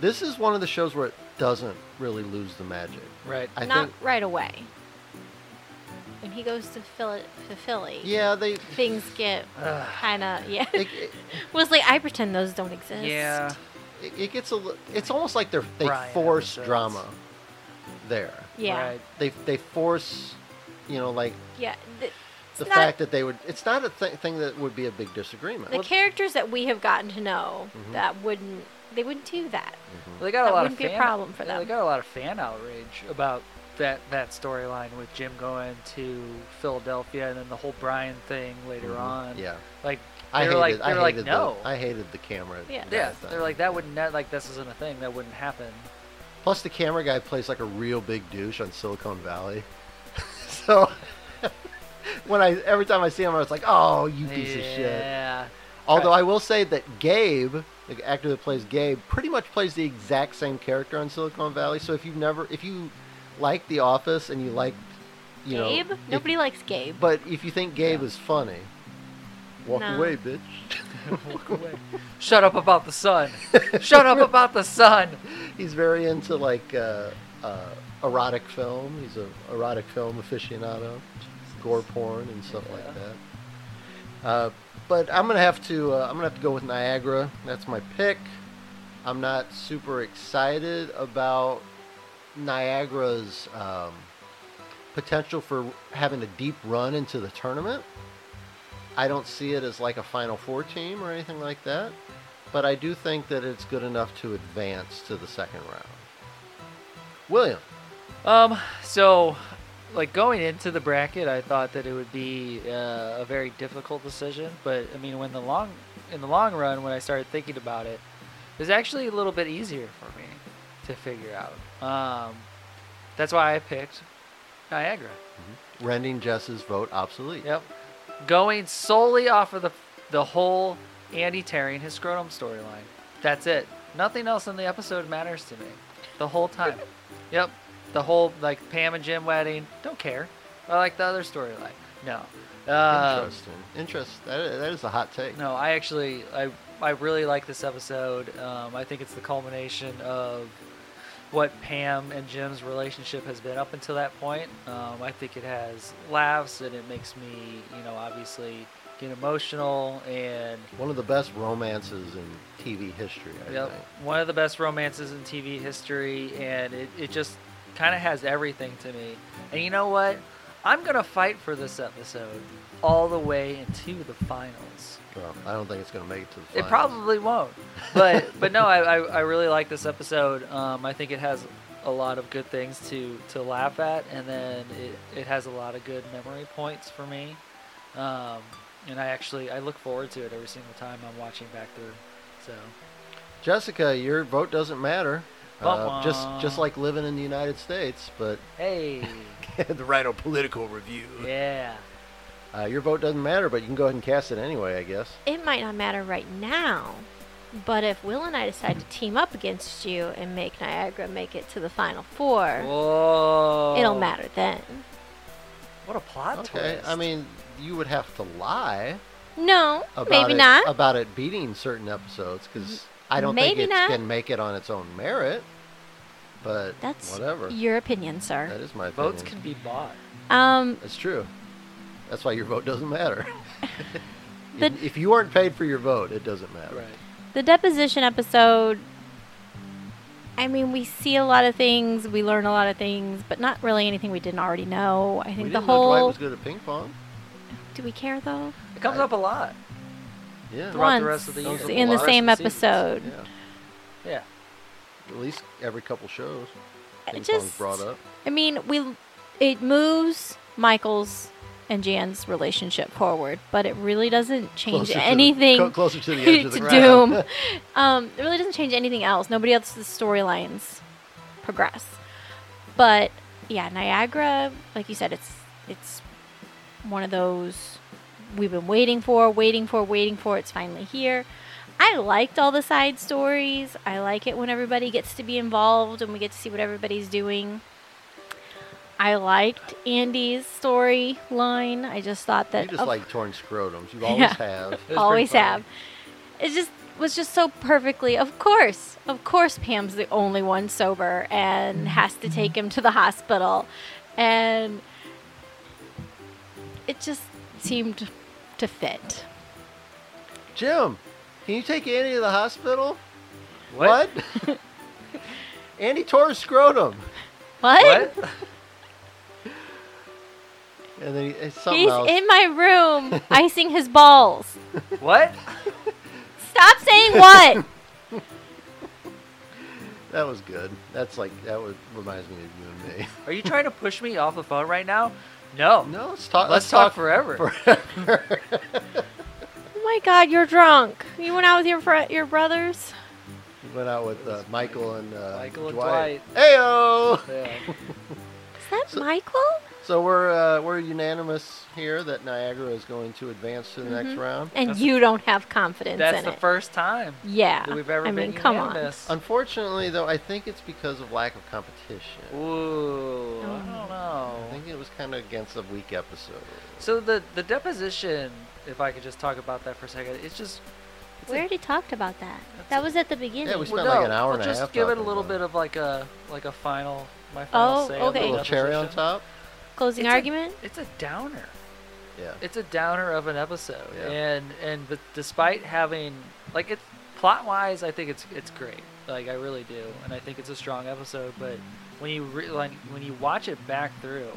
S1: this is one of the shows where it doesn't really lose the magic
S3: Right.
S1: i
S2: Not
S1: think
S2: right away. When he goes to Philly, to Philly
S1: yeah they
S2: things get kind of yeah.
S1: it, it,
S2: was like I pretend those don't exist.
S3: Yeah.
S1: it gets a li- it's almost like they're they
S3: Brian
S1: force
S3: episodes.
S1: drama there
S2: Yeah.
S3: Right.
S1: they they force you know like
S2: Yeah. The,
S1: the
S2: it's not-
S1: fact that they would it's not a th- thing that would be a big disagreement
S2: the characters that we have gotten to know
S1: Mm-hmm.
S2: that wouldn't they wouldn't do that.
S3: Well, they got
S2: That
S3: a lot
S2: wouldn't
S3: of
S2: be a
S3: fan,
S2: problem for
S3: yeah, They
S2: them.
S3: got a lot of fan outrage about that that storyline with Jim going to Philadelphia and then the whole Brian thing later on.
S1: Mm-hmm. yeah
S3: Like
S1: I
S3: they
S1: hated,
S3: were like
S1: I
S3: they were
S1: hated
S3: like
S1: the,
S3: no.
S1: I hated the camera.
S2: Yeah.
S1: guy
S3: yeah,
S1: thing.
S3: they're like that wouldn't that, like this isn't a thing that wouldn't happen.
S1: Plus, the camera guy plays like a real big douche on Silicon Valley. so, when I every time I see him, I was like, "Oh, you piece of shit."
S3: Yeah.
S1: Although I will say that Gabe, the actor that plays Gabe, pretty much plays the exact same character on Silicon Valley. So if you've never, if you like The Office and you like, you know,
S2: Gabe?
S1: if-
S2: Nobody likes Gabe.
S1: but if you think Gabe is funny, walk
S2: No.
S1: away, bitch.
S3: Shut up about the sun. Shut up about the sun.
S1: He's very into like uh, uh, erotic film. He's a erotic film aficionado, gore porn and stuff
S3: Yeah.
S1: like that. Uh, but I'm gonna have to uh, I'm gonna have to go with Niagara. That's my pick. I'm not super excited about Niagara's um, potential for having a deep run into the tournament. I don't see it as like a Final Four team or anything like that, but I do think that it's good enough to advance to the second round. William,
S3: Um, so, like going into the bracket, I thought that it would be uh, a very difficult decision. But I mean, when the long in the long run, when I started thinking about it, it was actually a little bit easier for me to figure out. Um, that's why I picked Niagara.
S1: rending Jess's vote obsolete.
S3: Yep, going solely off of the the whole Andy tearing his scrotum storyline. That's it. Nothing else in the episode matters to me. The whole time. yep. The whole like Pam and Jim wedding. Don't care. I like the other storyline. No. Um,
S1: Interesting. Interest. That, that is a hot take.
S3: no, I actually I I really like this episode. Um, I think it's the culmination of what Pam and Jim's relationship has been up until that point. Um, I think it has laughs and it makes me, you know, obviously get emotional and
S1: One of the best romances in TV history, I
S3: Yep.
S1: think.
S3: One of the best romances in TV history, and it, it just kind of has everything to me. And you know what? I'm going to fight for this episode all the way into the finals.
S1: Well, I don't think it's going to make it to the
S3: It
S1: finals.
S3: probably won't. But but no, I, I, I really like this episode. Um, I think it has a lot of good things to, to laugh at, and then it, it has a lot of good memory points for me. Um, and I actually I look forward to it every single time I'm watching back through. So
S1: Jessica, your vote doesn't matter. Uh,
S3: Wah-wah.
S1: just just like living in the United States, but
S3: hey,
S1: the right of political review.
S3: yeah.
S1: Uh, your vote doesn't matter, but you can go ahead and cast it anyway, I guess.
S2: it might not matter right now, but if Will and I decide to team up against you and make Niagara make it to the final four,
S3: Whoa.
S2: it'll matter then.
S3: What a plot
S1: okay.
S3: twist.
S1: I mean, you would have to lie
S2: No,
S1: about
S2: maybe
S1: it,
S2: not.
S1: about it beating certain episodes because I don't
S2: Maybe
S1: think it
S2: not.
S1: can make it on its own merit. But
S2: That's
S1: whatever.
S2: your opinion,
S1: That
S2: sir.
S1: is my
S3: votes
S1: opinion.
S3: can be bought.
S2: Um,
S1: That's true. That's why your vote doesn't matter.
S2: The-
S1: if, if you aren't paid for your vote, it doesn't matter.
S3: Right.
S2: the deposition episode. I mean, we see a lot of things, we learn a lot of things, but not really anything we didn't already know. I
S1: We
S2: think the
S1: didn't know
S2: whole.
S1: Dwight was good at ping pong.
S2: Do we care though?
S3: It comes up a lot
S1: Yeah.
S3: Throughout the rest of the
S2: Once
S1: year.
S2: in the
S1: Rest of
S2: same
S3: the seasons.
S2: episode.
S1: Yeah.
S3: Yeah.
S1: At least every couple shows,
S2: It
S1: ping pong's
S2: Uh, just
S1: brought up.
S2: I mean, we it moves Michael's and Jan's relationship forward, but it really doesn't change
S1: Closer to the-
S2: anything
S1: co- closer to the edge of the
S2: to
S1: ground.
S2: Doom. um, it really doesn't change anything else. Nobody else's storylines progress, but yeah, Niagara, like you said, it's it's one of those we've been waiting for, waiting for, waiting for. It's finally here. I liked all the side stories. I like it when everybody gets to be involved and we get to see what everybody's doing. I liked Andy's story line. I just thought that
S1: You just
S2: of
S1: like torn scrotums. You always
S2: Yeah.
S1: have.
S3: It was pretty
S2: always
S3: funny.
S2: have. It just was just so perfectly. Of course, of course, Pam's the only one sober and has to take him to the hospital, and it just seemed to fit.
S1: Jim, can you take Andy to the hospital?
S3: What?
S1: What? Andy tore his scrotum.
S2: What?
S3: What?
S1: And then he, it's something
S2: He's
S1: else.
S2: in my room icing his balls.
S3: what?
S2: Stop saying what. Oh
S1: that was good. That's like, that was, reminds me of you and me.
S3: Are you trying to push me off the phone right now? No.
S1: No, let's talk.
S3: Let's talk forever.
S1: forever.
S2: oh my God, you're drunk. You went out with your fr- your brothers.
S1: He went out with uh, Michael and uh,
S3: Michael and
S1: Dwight. Ayo!
S3: Yeah.
S2: Is that
S1: So-
S2: Michael?
S1: So we're uh, we're unanimous here that Niagara is going to advance to the
S2: Mm-hmm.
S1: next round.
S2: And
S3: That's-
S2: you don't have confidence
S3: That's
S2: in
S3: the
S2: it.
S3: first time
S2: yeah.
S3: that we've ever
S2: I
S3: been
S2: mean, come on.
S3: unanimous.
S1: Unfortunately, though, I think it's because of lack of competition.
S3: Ooh, I
S2: Mm.
S1: I
S3: don't know.
S1: think it was kind of against a weak episode.
S3: So the the deposition, if I could just talk about that for a second, it's just it's
S2: We
S3: a-
S2: already talked about that.
S3: That's
S2: That
S3: a-
S2: was at the beginning.
S1: we spent like an hour
S3: well,
S1: and a
S3: just
S1: half
S3: give it a
S1: talking
S3: little
S1: about
S3: bit
S1: it.
S3: of like a like a final my final
S2: Oh,
S3: say. on the
S1: A
S2: Okay.
S1: little cherry on
S3: deposition.
S1: top.
S2: Closing
S3: It's a-
S2: argument.
S3: It's a downer.
S1: Yeah.
S3: It's a downer of an episode,
S1: Yeah.
S3: and and but despite having like it's plot wise, I think it's it's great. Like I really do, and I think it's a strong episode. But when you re- like when you watch it back through,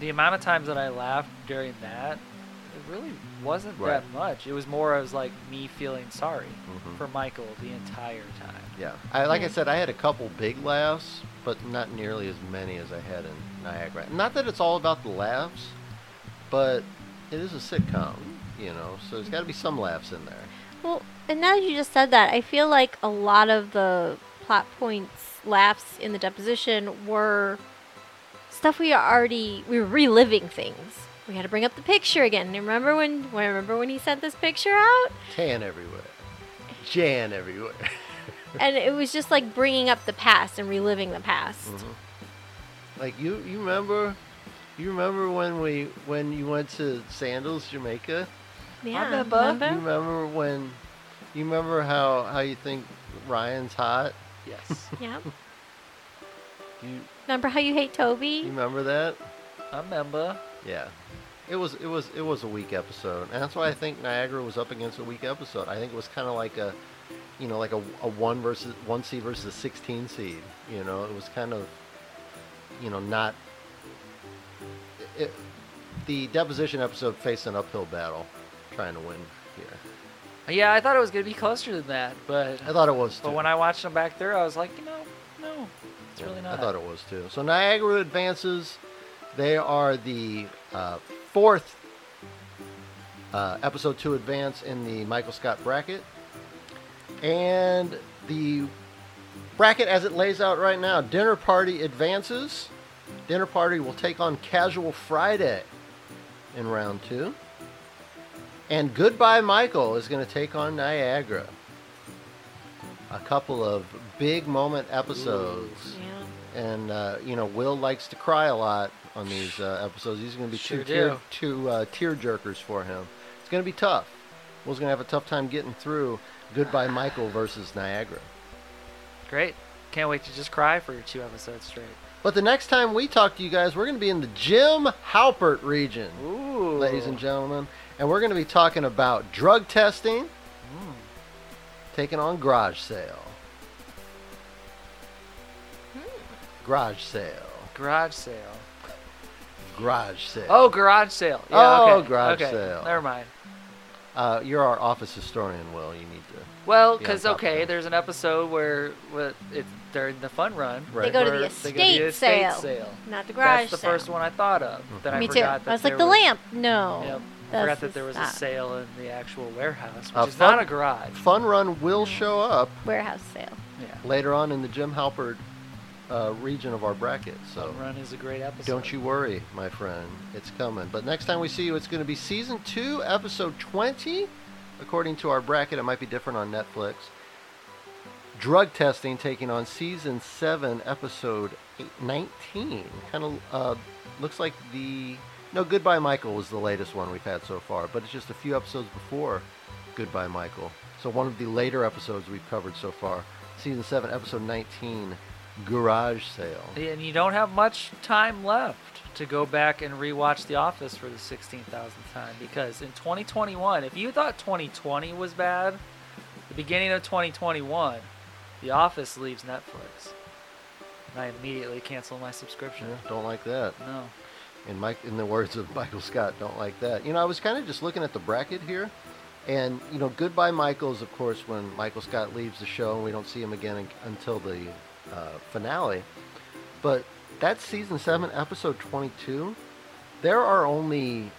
S3: the amount of times that I laughed during that, it really wasn't
S1: Right.
S3: that much. It was more I was like me feeling sorry
S1: Mhm.
S3: for Michael the entire time.
S1: Yeah. I like I
S2: Yeah.
S1: said, I had a couple big laughs, but not nearly as many as I had in Niagara. Not that it's all about the laughs, but it is a sitcom, you know, so there's got to be some laughs in there.
S2: Well, and now that you just said that, I feel like a lot of the plot points, laughs in the deposition were stuff we are already we were reliving things. We had to bring up the picture again. And remember when? when- Remember when he sent this picture out?
S1: Tan everywhere. Jan everywhere.
S2: and it was just like bringing up the past and reliving the past.
S3: Mm-hmm.
S1: Like you, you remember, you remember when we when you went to Sandals, Jamaica.
S2: Yeah,
S3: remember.
S1: You remember when, you remember how how you think Ryan's hot.
S3: Yes,
S2: yeah.
S1: You
S2: Remember how you hate
S1: you
S2: Toby?
S1: remember that?
S3: I remember.
S1: Yeah. It was it was it was a weak episode, and that's why I think Niagara was up against a weak episode. I think it was kind of like a, you know, like a, a one versus one seed versus a sixteen seed. You know, it was kind of, you know, not. It, the deposition episode faced an uphill battle, trying to win here.
S3: Yeah, I thought it was gonna be closer than that, but
S1: I thought it was too.
S3: but when I watched them back through, I was like, you know, no, it's
S1: Yeah,
S3: really not.
S1: I thought it was too. So Niagara advances. They are the uh, fourth uh, episode to advance in the Michael Scott bracket, and the bracket as it lays out right now, Dinner Party advances. Dinner Party will take on Casual Friday in round two. And Goodbye Michael is going to take on Niagara. A couple of big moment episodes
S2: Yeah.
S1: and uh, you know Will likes to cry a lot on these uh, episodes. These are going to be
S3: Sure
S1: two tear,
S3: do.
S1: two uh, tear jerkers for him. It's going to be tough. Will's going to have a tough time getting through Goodbye Michael versus Niagara.
S3: Great. Can't wait to just cry for two episodes straight.
S1: But the next time we talk to you guys, we're going to be in the Jim Halpert region,
S3: Ooh.
S1: ladies and gentlemen, and we're going to be talking about drug testing, taking on garage sale,
S3: Hmm.
S1: garage sale,
S3: Garage sale.
S1: garage sale.
S3: Oh, garage sale. Yeah,
S1: Oh,
S3: okay.
S1: garage
S3: okay.
S1: sale.
S3: Never mind.
S1: Uh, you're our office historian, Will. You need to.
S3: Well,
S1: Be on
S3: because
S1: top of
S3: okay,
S1: that.
S3: there's an episode where, where it's during the fun run.
S1: Right. They
S2: go to the
S3: where
S2: estate sale.
S3: sale.
S2: Not the garage.
S3: That's the
S2: sale.
S3: first one I thought of.
S1: Mm-hmm.
S3: Then
S2: Me
S3: I
S2: too.
S3: forgot
S2: I
S3: that
S2: was like,
S3: there
S2: the lamp. No.
S3: Yep. I
S2: this
S3: forgot that
S2: is
S3: there was a
S2: not
S3: sale in the actual warehouse, which
S1: Uh,
S3: is
S1: fun-
S3: not a garage.
S1: Fun Run will show up
S2: Warehouse sale.
S3: Yeah.
S1: later on in the Jim Halpert uh, region of our bracket. So
S3: Fun Run is a great episode.
S1: don't you worry, my friend. It's coming. But next time we see you, it's going to be season two, episode 20. According to our bracket, it might be different on Netflix. Drug testing taking on season seven, episode eight, 19. Kind of uh, looks like the. No, Goodbye Michael was the latest one we've had so far, but it's just a few episodes before Goodbye Michael. So one of the later episodes we've covered so far. Season seven, episode 19, Garage Sale.
S3: And you don't have much time left to go back and rewatch The Office for the 16,000th time because in 2021, if you thought 2020 was bad, the beginning of 2021, The Office leaves Netflix. And I immediately cancel my subscription.
S1: Yeah, don't like that.
S3: No.
S1: in Mike, in the words of Michael Scott, don't like that. You know, I was kind of just looking at the bracket here, and you know, goodbye Michael's, of course, when Michael Scott leaves the show and we don't see him again un- until the uh, finale. But that's season seven, episode twenty-two. There are only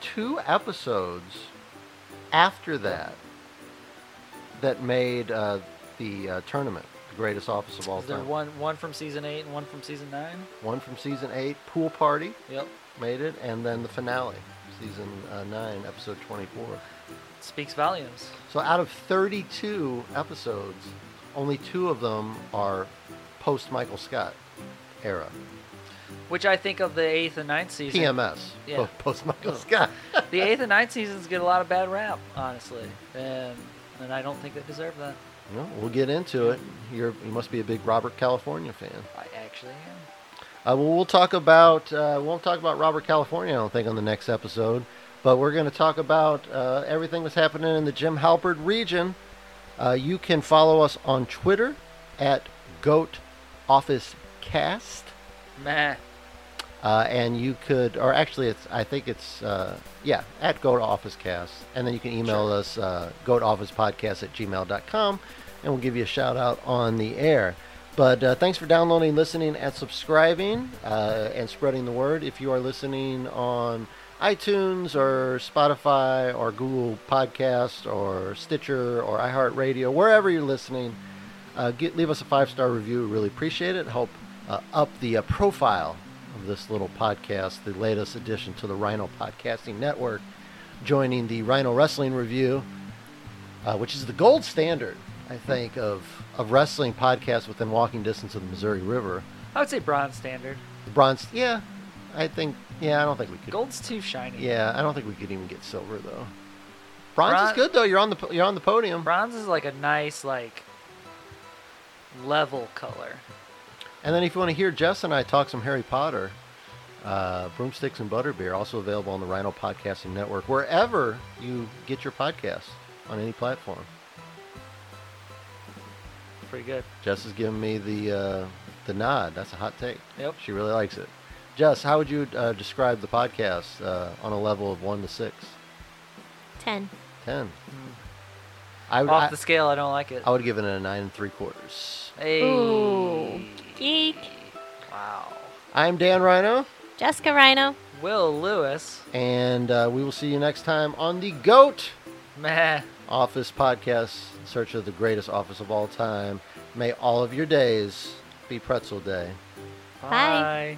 S1: two episodes after that that made uh, the uh, tournament, the greatest office of all
S3: Is there
S1: time.
S3: one, one from season 8 and one from season 9?
S1: one from season eight, pool party
S3: Yep.
S1: made it, and then the finale, season uh, nine, episode 24.
S3: Speaks volumes.
S1: So out of 32 episodes, only two of them are post Michael Scott era.
S3: Which I think of the 8th and 9th season.
S1: PMS,
S3: Yeah.
S1: post Michael Scott.
S3: The 8th and 9th seasons get a lot of bad rap, honestly. And, and I don't think they deserve that.
S1: Well, we'll get into it. You're, you must be a big Robert California fan.
S3: I actually am.
S1: Uh, well, we'll talk about uh, we won't talk about Robert California, I don't think, on the next episode, but we're going to talk about uh, everything that's happening in the Jim Halpert region. Uh, you can follow us on Twitter at Goat Office Cast,
S3: Meh.
S1: uh, and you could, or actually, it's I think it's uh, yeah at Goat Office Cast, and then you can email us uh, goatofficepodcast at gmail.com, and we'll give you a shout out on the air. But uh, thanks for downloading, listening, and subscribing, uh, and spreading the word. If you are listening on iTunes or Spotify or Google Podcast or Stitcher or iHeartRadio, wherever you're listening, uh, get, leave us a five star review. Really appreciate it. Help uh, up the uh, profile of this little podcast, the latest addition to the Rhino Podcasting Network, joining the Rhino Wrestling Review uh, which is the gold standard, I think, of, of wrestling podcasts within walking distance of the Missouri River.
S3: I would say bronze standard.
S1: The bronze, yeah, I think, yeah, I don't think we could.
S3: Gold's too shiny.
S1: Yeah, I don't think we could even get silver though. Bronze
S3: Bron-
S1: is good though. You're on the po- you're on the podium,
S3: Bronze is like a nice like level color.
S1: and then if you want to hear Jess and I talk some Harry Potter, uh, broomsticks and butterbeer, also available on the Rhino Podcasting Network, wherever you get your podcasts on any platform.
S3: Pretty good.
S1: Jess is giving me the uh, the nod. That's a hot take.
S3: Yep.
S1: She really likes it. Jess, how would you uh, describe the podcast uh, on a level of one to six?
S2: Ten.
S1: Ten. I, would-
S3: Hmm. Off
S1: I,
S3: the scale, I don't like it.
S1: I would give it a nine and three quarters.
S3: Hey.
S2: Ooh. Geek.
S3: Wow.
S1: I'm Dan Rhino,
S2: Jessica Rhino.
S3: Will Lewis.
S1: and uh, we will see you next time on the Goat
S3: Meh.
S1: Office Podcast, in search of the greatest office of all time. May all of your days be pretzel day.
S2: Bye.